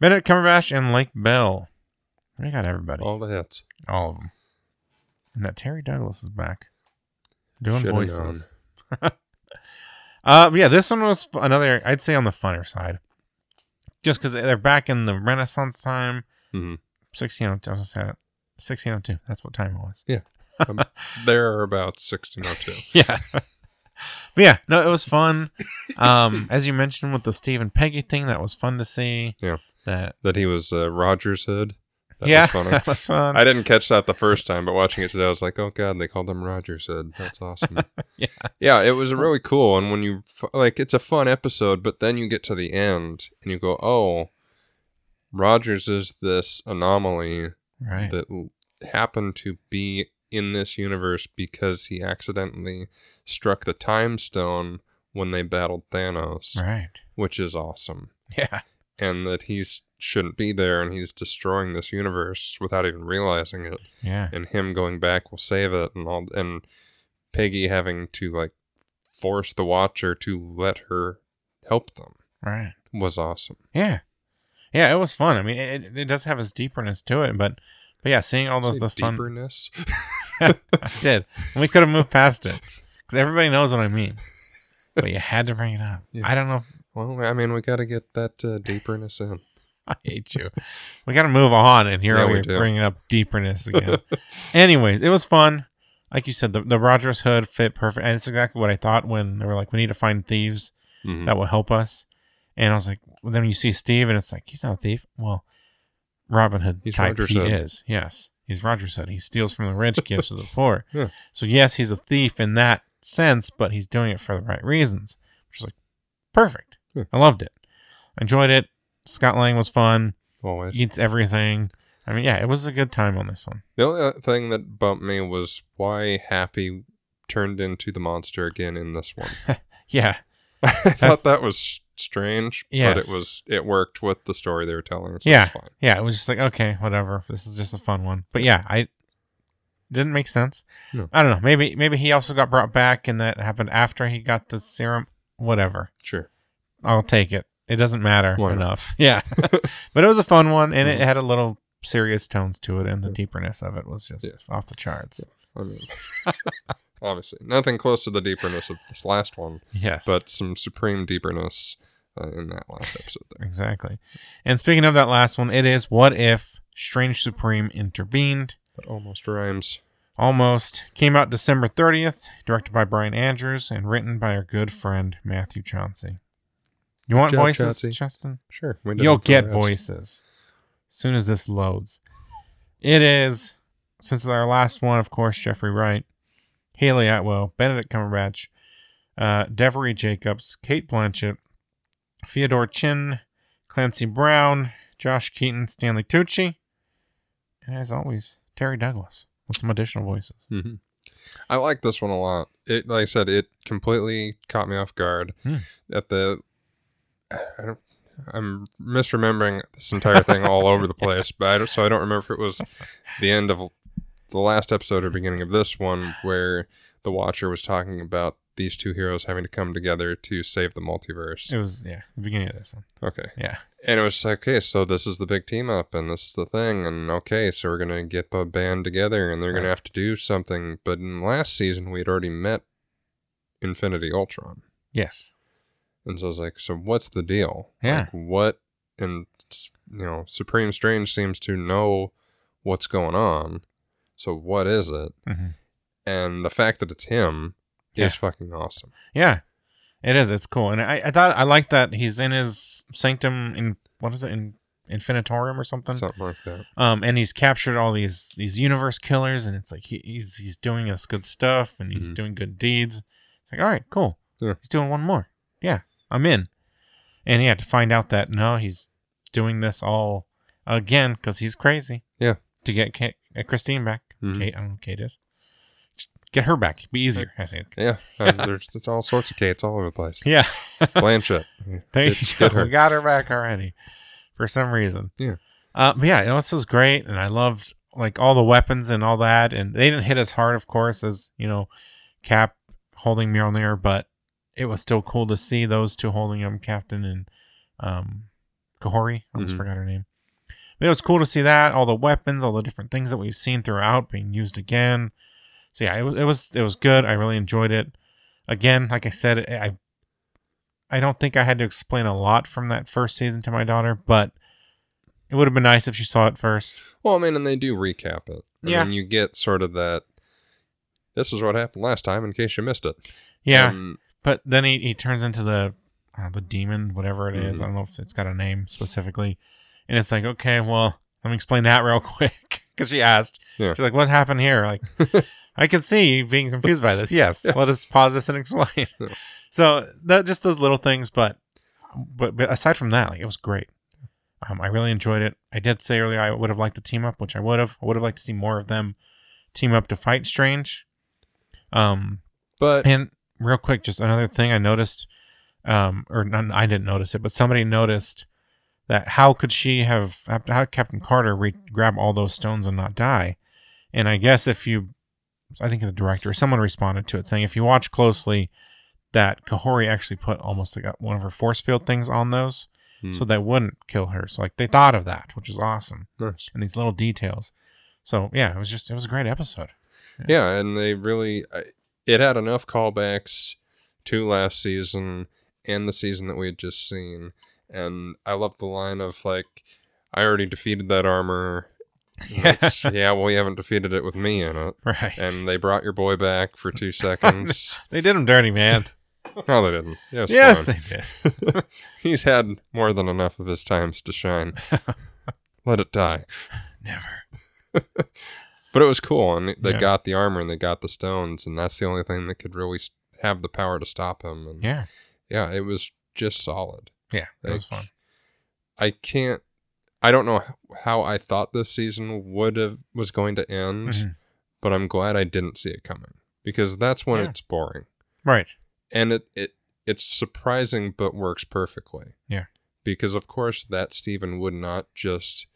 [SPEAKER 1] Benedict Cumberbatch, and Lake Bell. We got everybody.
[SPEAKER 2] All the hits.
[SPEAKER 1] All of them. And that Terry Douglas is back doing
[SPEAKER 2] Shoulda
[SPEAKER 1] voices. uh, but yeah, this one was f- another, I'd say, on the funner side. Just because they're back in the Renaissance time.
[SPEAKER 2] Mhm.
[SPEAKER 1] 1602. I was gonna say it. 1602. That's what time it was.
[SPEAKER 2] known. There are about 1602.
[SPEAKER 1] Yeah. [laughs] but yeah, no, it was fun. Um, [laughs] as you mentioned with the Steve and Peggy thing, that was fun to see.
[SPEAKER 2] Yeah. [laughs]
[SPEAKER 1] That,
[SPEAKER 2] That he was uh, Roger's Hood. That
[SPEAKER 1] yeah,
[SPEAKER 2] was funny.
[SPEAKER 1] that was fun. [laughs]
[SPEAKER 2] I didn't catch that the first time, but watching it today, I was like, "Oh God, they called him Roger." Said that's awesome.
[SPEAKER 1] [laughs] Yeah.
[SPEAKER 2] yeah, it was really cool. And when you f- like, it's a fun episode, but then you get to the end and you go, "Oh, Rogers is this anomaly
[SPEAKER 1] right.
[SPEAKER 2] that l- happened to be in this universe because he accidentally struck the time stone when they battled Thanos,
[SPEAKER 1] right.
[SPEAKER 2] which is awesome."
[SPEAKER 1] Yeah.
[SPEAKER 2] and that he's shouldn't be there and he's destroying this universe without even realizing it
[SPEAKER 1] Yeah.
[SPEAKER 2] and him going back will save it and all and Peggy having to like force the watcher to let her help them
[SPEAKER 1] Right.
[SPEAKER 2] was awesome.
[SPEAKER 1] Yeah. Yeah, it was fun. I mean, it, it- it does have its deeperness to it, but but yeah, seeing all those
[SPEAKER 2] Say
[SPEAKER 1] the fun
[SPEAKER 2] deeperness.
[SPEAKER 1] I did. And we could have moved past it because everybody knows what I mean. But you had to bring it up.
[SPEAKER 2] Yeah.
[SPEAKER 1] I don't know. if- [laughs]
[SPEAKER 2] Well, I mean, we got to get that uh, deeperness in.
[SPEAKER 1] I hate you. We got to move on, and here
[SPEAKER 2] Yeah,
[SPEAKER 1] we
[SPEAKER 2] we
[SPEAKER 1] are
[SPEAKER 2] do.
[SPEAKER 1] bringing up
[SPEAKER 2] [laughs]
[SPEAKER 1] deeperness again. Anyways, it was fun. Like you said, the, the Rogers hood fit perfect, and it's exactly what I thought when they were like, "We need to find thieves
[SPEAKER 2] Mhm.
[SPEAKER 1] that will help us." And I was like, well, then you see Steve, and it's like he's not a thief. Well, Robin Hood
[SPEAKER 2] He's
[SPEAKER 1] type
[SPEAKER 2] Roger's
[SPEAKER 1] he
[SPEAKER 2] Hood.
[SPEAKER 1] is. Yes, he's Rogers Hood. He steals from the rich, gives
[SPEAKER 2] [laughs]
[SPEAKER 1] to the poor.
[SPEAKER 2] Yeah.
[SPEAKER 1] So yes, he's a thief in that sense, but he's doing it for the right reasons, which is like perfect.
[SPEAKER 2] Yeah.
[SPEAKER 1] I loved it. Enjoyed it. Scott Lang was fun.
[SPEAKER 2] [laughs] Always.
[SPEAKER 1] Eats everything. I mean, yeah, it was a good time on this one.
[SPEAKER 2] The only other thing that bumped me was why Happy turned into the monster again in this
[SPEAKER 1] [laughs]
[SPEAKER 2] one.
[SPEAKER 1] Yeah,
[SPEAKER 2] I thought that was s- strange, but
[SPEAKER 1] Yes.
[SPEAKER 2] it was it worked with the story they were telling. So
[SPEAKER 1] Yeah.
[SPEAKER 2] it's fine.
[SPEAKER 1] yeah, it was just like okay, whatever. This is just a fun one. But yeah, I didn't make sense.
[SPEAKER 2] No.
[SPEAKER 1] I don't know. Maybe maybe he also got brought back, and that happened after he got the serum. Whatever.
[SPEAKER 2] Sure.
[SPEAKER 1] I'll take it. It doesn't matter
[SPEAKER 2] Why not?
[SPEAKER 1] enough. [laughs]
[SPEAKER 2] [laughs]
[SPEAKER 1] Yeah, but it was a fun one, and it had a little serious tones to it, and the deeperness of it was just off the charts.
[SPEAKER 2] I mean, [laughs] obviously, nothing close to the deeperness of this last one,
[SPEAKER 1] Yes,
[SPEAKER 2] but some supreme deeperness uh, in that last episode there.
[SPEAKER 1] exactly. And speaking of that last one, it is what if Strange Supreme intervened.
[SPEAKER 2] That almost rhymes.
[SPEAKER 1] Almost came out December 30th, directed by Brian Andrews and written by our good friend Matthew Chauncey. You want
[SPEAKER 2] Job,
[SPEAKER 1] voices,
[SPEAKER 2] Chauncey.
[SPEAKER 1] Justin?
[SPEAKER 2] Sure. we did
[SPEAKER 1] You'll
[SPEAKER 2] it for
[SPEAKER 1] get
[SPEAKER 2] us.
[SPEAKER 1] voices as soon as this loads. It is, since it's our last one, of course, Jeffrey Wright, Haley Atwell, Benedict Cumberbatch, uh, Devery Jacobs, Kate Blanchett, Fyodor Chin, Clancy Brown, Josh Keaton, Stanley Tucci, and as always, Terry Douglas with some additional voices.
[SPEAKER 2] Mm-hmm. I like this one a lot. It, like I said, it completely caught me off guard
[SPEAKER 1] Hmm.
[SPEAKER 2] at the. I don't, I'm misremembering this entire thing all over the place, but I don't, so I don't remember if it was the end of the last episode or beginning of this one where the Watcher was talking about these two heroes having to come together to save the multiverse.
[SPEAKER 1] It was yeah, the beginning of this one.
[SPEAKER 2] Okay.
[SPEAKER 1] Yeah.
[SPEAKER 2] And it was just like, okay, so this is the big team up, and this is the thing, and okay, so we're gonna get the band together, and they're
[SPEAKER 1] Right.
[SPEAKER 2] gonna have to do something. But in last season, we had already met Infinity Ultron,
[SPEAKER 1] Yes.
[SPEAKER 2] and so I was like, so what's the deal?
[SPEAKER 1] Yeah.
[SPEAKER 2] Like, what? And you know, Supreme Strange seems to know what's going on. So what is it?
[SPEAKER 1] hmm
[SPEAKER 2] And the fact that it's him
[SPEAKER 1] Yeah.
[SPEAKER 2] is fucking awesome.
[SPEAKER 1] Yeah. It is. It's cool, and I, I thought I like that he's in his sanctum in what is it in Infinitorium or something.
[SPEAKER 2] Something like that.
[SPEAKER 1] um, and he's captured all these these universe killers, and it's like he, he's he's doing us good stuff, and he's
[SPEAKER 2] Mhm.
[SPEAKER 1] doing good deeds. It's like all right, cool.
[SPEAKER 2] Yeah.
[SPEAKER 1] He's doing one more. Yeah, I'm in. And yeah, to find out that no, he's doing this all again because he's crazy.
[SPEAKER 2] Yeah.
[SPEAKER 1] To get Kate, uh, Christine back.
[SPEAKER 2] Mhm.
[SPEAKER 1] Kate, I don't know who Kate is. Get her back. It'd be easier, I think.
[SPEAKER 2] Yeah.
[SPEAKER 1] [laughs]
[SPEAKER 2] And there's, there's all sorts of Kates all over the place.
[SPEAKER 1] Yeah.
[SPEAKER 2] Blanchett.
[SPEAKER 1] There you
[SPEAKER 2] Get-
[SPEAKER 1] go.
[SPEAKER 2] get her.
[SPEAKER 1] We got her back already for some reason.
[SPEAKER 2] Yeah.
[SPEAKER 1] Uh, but yeah, you know, this was great, and I loved like all the weapons and all that, and they didn't hit as hard, of course, as you know, Cap holding Mjolnir, but it was still cool to see those two holding him, Captain and um, Kahori. I almost
[SPEAKER 2] Mhm.
[SPEAKER 1] forgot her name. But it was cool to see that all the weapons, all the different things that we've seen throughout being used again. So yeah, it, wa- it was it was good. I really enjoyed it. Again, like I said, I I don't think I had to explain a lot from that first season to my daughter, but it would have been nice if she saw it first.
[SPEAKER 2] Well, I mean, and they do recap it. I
[SPEAKER 1] Yeah.
[SPEAKER 2] mean, you get sort of that. This is what happened last time, in case you missed it.
[SPEAKER 1] Yeah,
[SPEAKER 2] Um,
[SPEAKER 1] But then he, he turns into the uh, the demon, whatever it
[SPEAKER 2] Mm-hmm.
[SPEAKER 1] is. I don't know if it's got a name specifically. And it's like, okay, well, let me explain that real [laughs] quick because she asked.
[SPEAKER 2] Yeah.
[SPEAKER 1] She's like, what happened here?
[SPEAKER 2] [laughs]
[SPEAKER 1] Like, I can see you being confused by this. Yes,
[SPEAKER 2] Yeah.
[SPEAKER 1] let us pause this and explain.
[SPEAKER 2] Yeah.
[SPEAKER 1] so that just those little things, but but, but aside from that, like it was great. Um, I really enjoyed it. I did say earlier I would have liked to team up, which I would have. I would have liked to see more of them team up to fight Strange. Um,
[SPEAKER 2] but
[SPEAKER 1] and real quick, just another thing I noticed, um, or not, I didn't notice it, but somebody noticed that how could she have, how did Captain Carter re- grab all those stones and not die? And I guess if you, I think the director, or someone responded to it saying, if you watch closely, that Kahori actually put almost like a- one of her force field things on those
[SPEAKER 2] Hmm.
[SPEAKER 1] so that wouldn't kill her. So, like, they thought of that, which is awesome.
[SPEAKER 2] Nice.
[SPEAKER 1] And these little details. So, yeah, it was just, it was a great episode. [laughs]
[SPEAKER 2] Yeah, and they really I- it had enough callbacks to last season and the season that we had just seen. And I love the line of like, "I already defeated that armor."
[SPEAKER 1] [laughs]
[SPEAKER 2] And it's, yeah, well, you haven't defeated it with me in it.
[SPEAKER 1] Right.
[SPEAKER 2] And they brought your boy back
[SPEAKER 1] [laughs]
[SPEAKER 2] for two seconds.
[SPEAKER 1] they did him dirty, man.
[SPEAKER 2] no, they didn't. Yeah, it was
[SPEAKER 1] yes,
[SPEAKER 2] fine.
[SPEAKER 1] they did.
[SPEAKER 2] [laughs] he's had more than enough of his times to shine. Let it die.
[SPEAKER 1] Never.
[SPEAKER 2] But it was cool, and they
[SPEAKER 1] Yeah.
[SPEAKER 2] got the armor and they got the stones, and that's the only thing that could really s- have the power to stop him. And
[SPEAKER 1] Yeah.
[SPEAKER 2] yeah, it was just solid.
[SPEAKER 1] Yeah. That was
[SPEAKER 2] Like,
[SPEAKER 1] fun.
[SPEAKER 2] I can't. I don't know h- how I thought this season would have was going to end,
[SPEAKER 1] Mhm.
[SPEAKER 2] but I'm glad I didn't see it coming because that's when
[SPEAKER 1] Yeah.
[SPEAKER 2] it's boring,
[SPEAKER 1] Right.
[SPEAKER 2] and it it it's surprising but works perfectly.
[SPEAKER 1] Yeah.
[SPEAKER 2] because of course that Steven would not just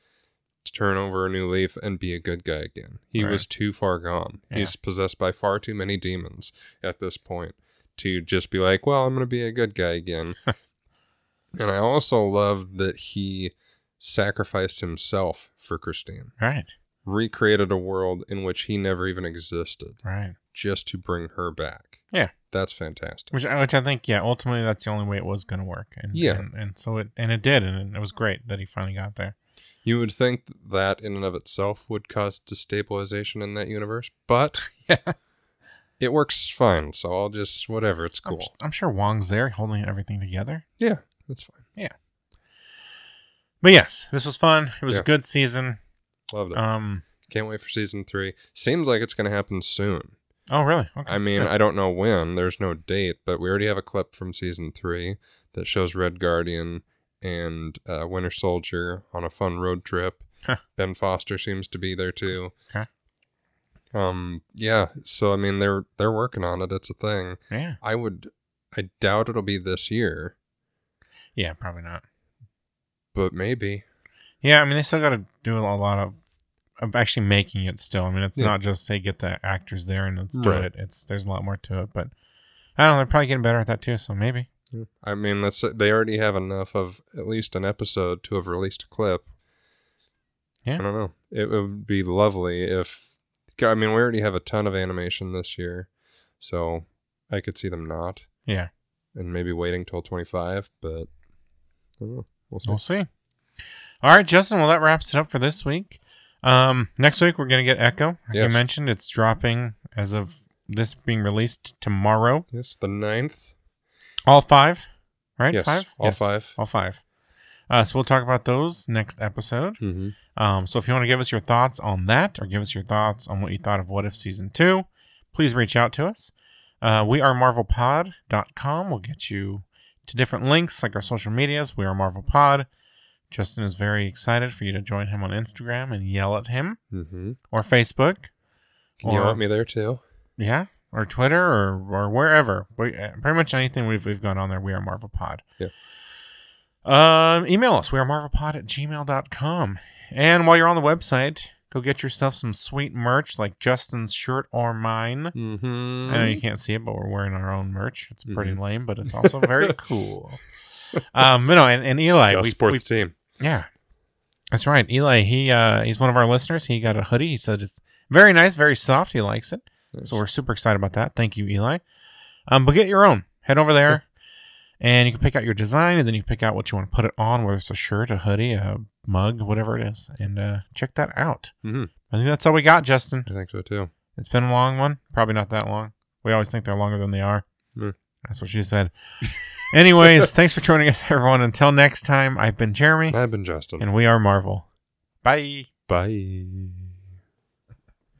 [SPEAKER 2] turn over a new leaf and be a good guy again. He
[SPEAKER 1] Right.
[SPEAKER 2] was too far gone.
[SPEAKER 1] Yeah.
[SPEAKER 2] He's possessed by far too many demons at this point to just be like, well, I'm going to be a good
[SPEAKER 1] [laughs]
[SPEAKER 2] guy again. and I also love that he sacrificed himself for Christine,
[SPEAKER 1] Right.
[SPEAKER 2] recreated a world in which he never even existed
[SPEAKER 1] Right.
[SPEAKER 2] just to bring her back.
[SPEAKER 1] Yeah.
[SPEAKER 2] That's fantastic.
[SPEAKER 1] Which, uh, which I think, yeah, ultimately that's the only way it was going to work. And,
[SPEAKER 2] Yeah.
[SPEAKER 1] And, and so it, and it did. And it was great that he finally got there.
[SPEAKER 2] You would think that in and of itself would cause destabilization in that universe, but
[SPEAKER 1] [laughs] Yeah.
[SPEAKER 2] it works fine. So I'll just, whatever, it's
[SPEAKER 1] I'm,
[SPEAKER 2] cool.
[SPEAKER 1] I'm sure Wong's there holding everything together.
[SPEAKER 2] Yeah, that's fine.
[SPEAKER 1] But yes, this was fun. It was
[SPEAKER 2] Yeah.
[SPEAKER 1] a good season.
[SPEAKER 2] Loved it.
[SPEAKER 1] Um.
[SPEAKER 2] Can't wait for season three. Seems like it's going to happen soon.
[SPEAKER 1] Oh, really? Okay. [laughs]
[SPEAKER 2] I mean,
[SPEAKER 1] good.
[SPEAKER 2] I don't know when. There's no date, but we already have a clip from season three that shows Red Guardian and uh, Winter Soldier on a fun road trip.
[SPEAKER 1] Huh.
[SPEAKER 2] Ben Foster seems to be there too.
[SPEAKER 1] Okay.
[SPEAKER 2] Um. Yeah. So I mean, they're they're working on it. It's a thing.
[SPEAKER 1] yeah.
[SPEAKER 2] I would. I doubt it'll be this year,
[SPEAKER 1] Yeah, probably not.
[SPEAKER 2] but maybe.
[SPEAKER 1] Yeah, I mean, they still got to do a lot of, of actually making it still. I mean, it's
[SPEAKER 2] Yeah.
[SPEAKER 1] not just, hey, get the actors there and let's do
[SPEAKER 2] Right.
[SPEAKER 1] it. It's There's a lot more to it. But I don't know. They're probably getting better at that too. So maybe.
[SPEAKER 2] I mean, that's they already have enough of at least an episode to have released a clip.
[SPEAKER 1] Yeah.
[SPEAKER 2] I don't know. It would be lovely if I mean, we already have a ton of animation this year, so I could see them not
[SPEAKER 1] Yeah.
[SPEAKER 2] and maybe waiting till 25, but I don't know. We'll see.
[SPEAKER 1] We'll see. All right, Justin. Well, that wraps it up for this week. Um, next week we're gonna get Echo. Like you
[SPEAKER 2] Yes.
[SPEAKER 1] mentioned, it's dropping as of this being released tomorrow.
[SPEAKER 2] Yes, the ninth.
[SPEAKER 1] All five, right?
[SPEAKER 2] Yes,
[SPEAKER 1] Five.
[SPEAKER 2] all five.
[SPEAKER 1] All five. Uh, so we'll talk about those next episode.
[SPEAKER 2] Mm-hmm.
[SPEAKER 1] Um, so if you want to give us your thoughts on that, or give us your thoughts on what you thought of What If Season 2, please reach out to us. Uh, we are marvelpod.com. We'll get you to different links like our social medias. We are Marvel Pod. Justin is very excited for you to join him on Instagram and yell at him
[SPEAKER 2] Mm-hmm.
[SPEAKER 1] or Facebook.
[SPEAKER 2] Can you
[SPEAKER 1] Or-
[SPEAKER 2] help me there too?
[SPEAKER 1] Yeah. Or Twitter or, or wherever. We, uh, pretty much anything we've, we've gone on there, we are Marvel Pod.
[SPEAKER 2] Yeah.
[SPEAKER 1] Um, email us. We are marvelpod at gmail.com. And while you're on the website, Go get yourself some sweet merch like Justin's shirt or mine.
[SPEAKER 2] Mm-hmm.
[SPEAKER 1] I know you can't see it, but we're wearing our own merch. It's pretty lame, but it's also
[SPEAKER 2] [laughs]
[SPEAKER 1] very cool. Um, you know, and, and Eli, we,
[SPEAKER 2] support
[SPEAKER 1] we-
[SPEAKER 2] the team.
[SPEAKER 1] yeah, that's right. Eli, he uh, he's one of our listeners. He got a hoodie. He said it's very nice, very soft. He likes it, so we're super excited about that. Thank you, Eli. Um, but get your own. Head over there, and you can pick out your design, and then you pick out what you want to put it on, whether it's a shirt, a hoodie, a mug, whatever it is, and uh, check that out.
[SPEAKER 2] Mhm.
[SPEAKER 1] I think that's all we got, Justin.
[SPEAKER 2] I think so too.
[SPEAKER 1] It's been a long one. Probably not that long. We always think they're longer than they are.
[SPEAKER 2] Hmm.
[SPEAKER 1] That's what she said. Anyways, thanks for joining us, everyone. Until next time, I've been Jeremy,
[SPEAKER 2] I've been Justin.
[SPEAKER 1] and we are Marvel. Bye.
[SPEAKER 2] Bye.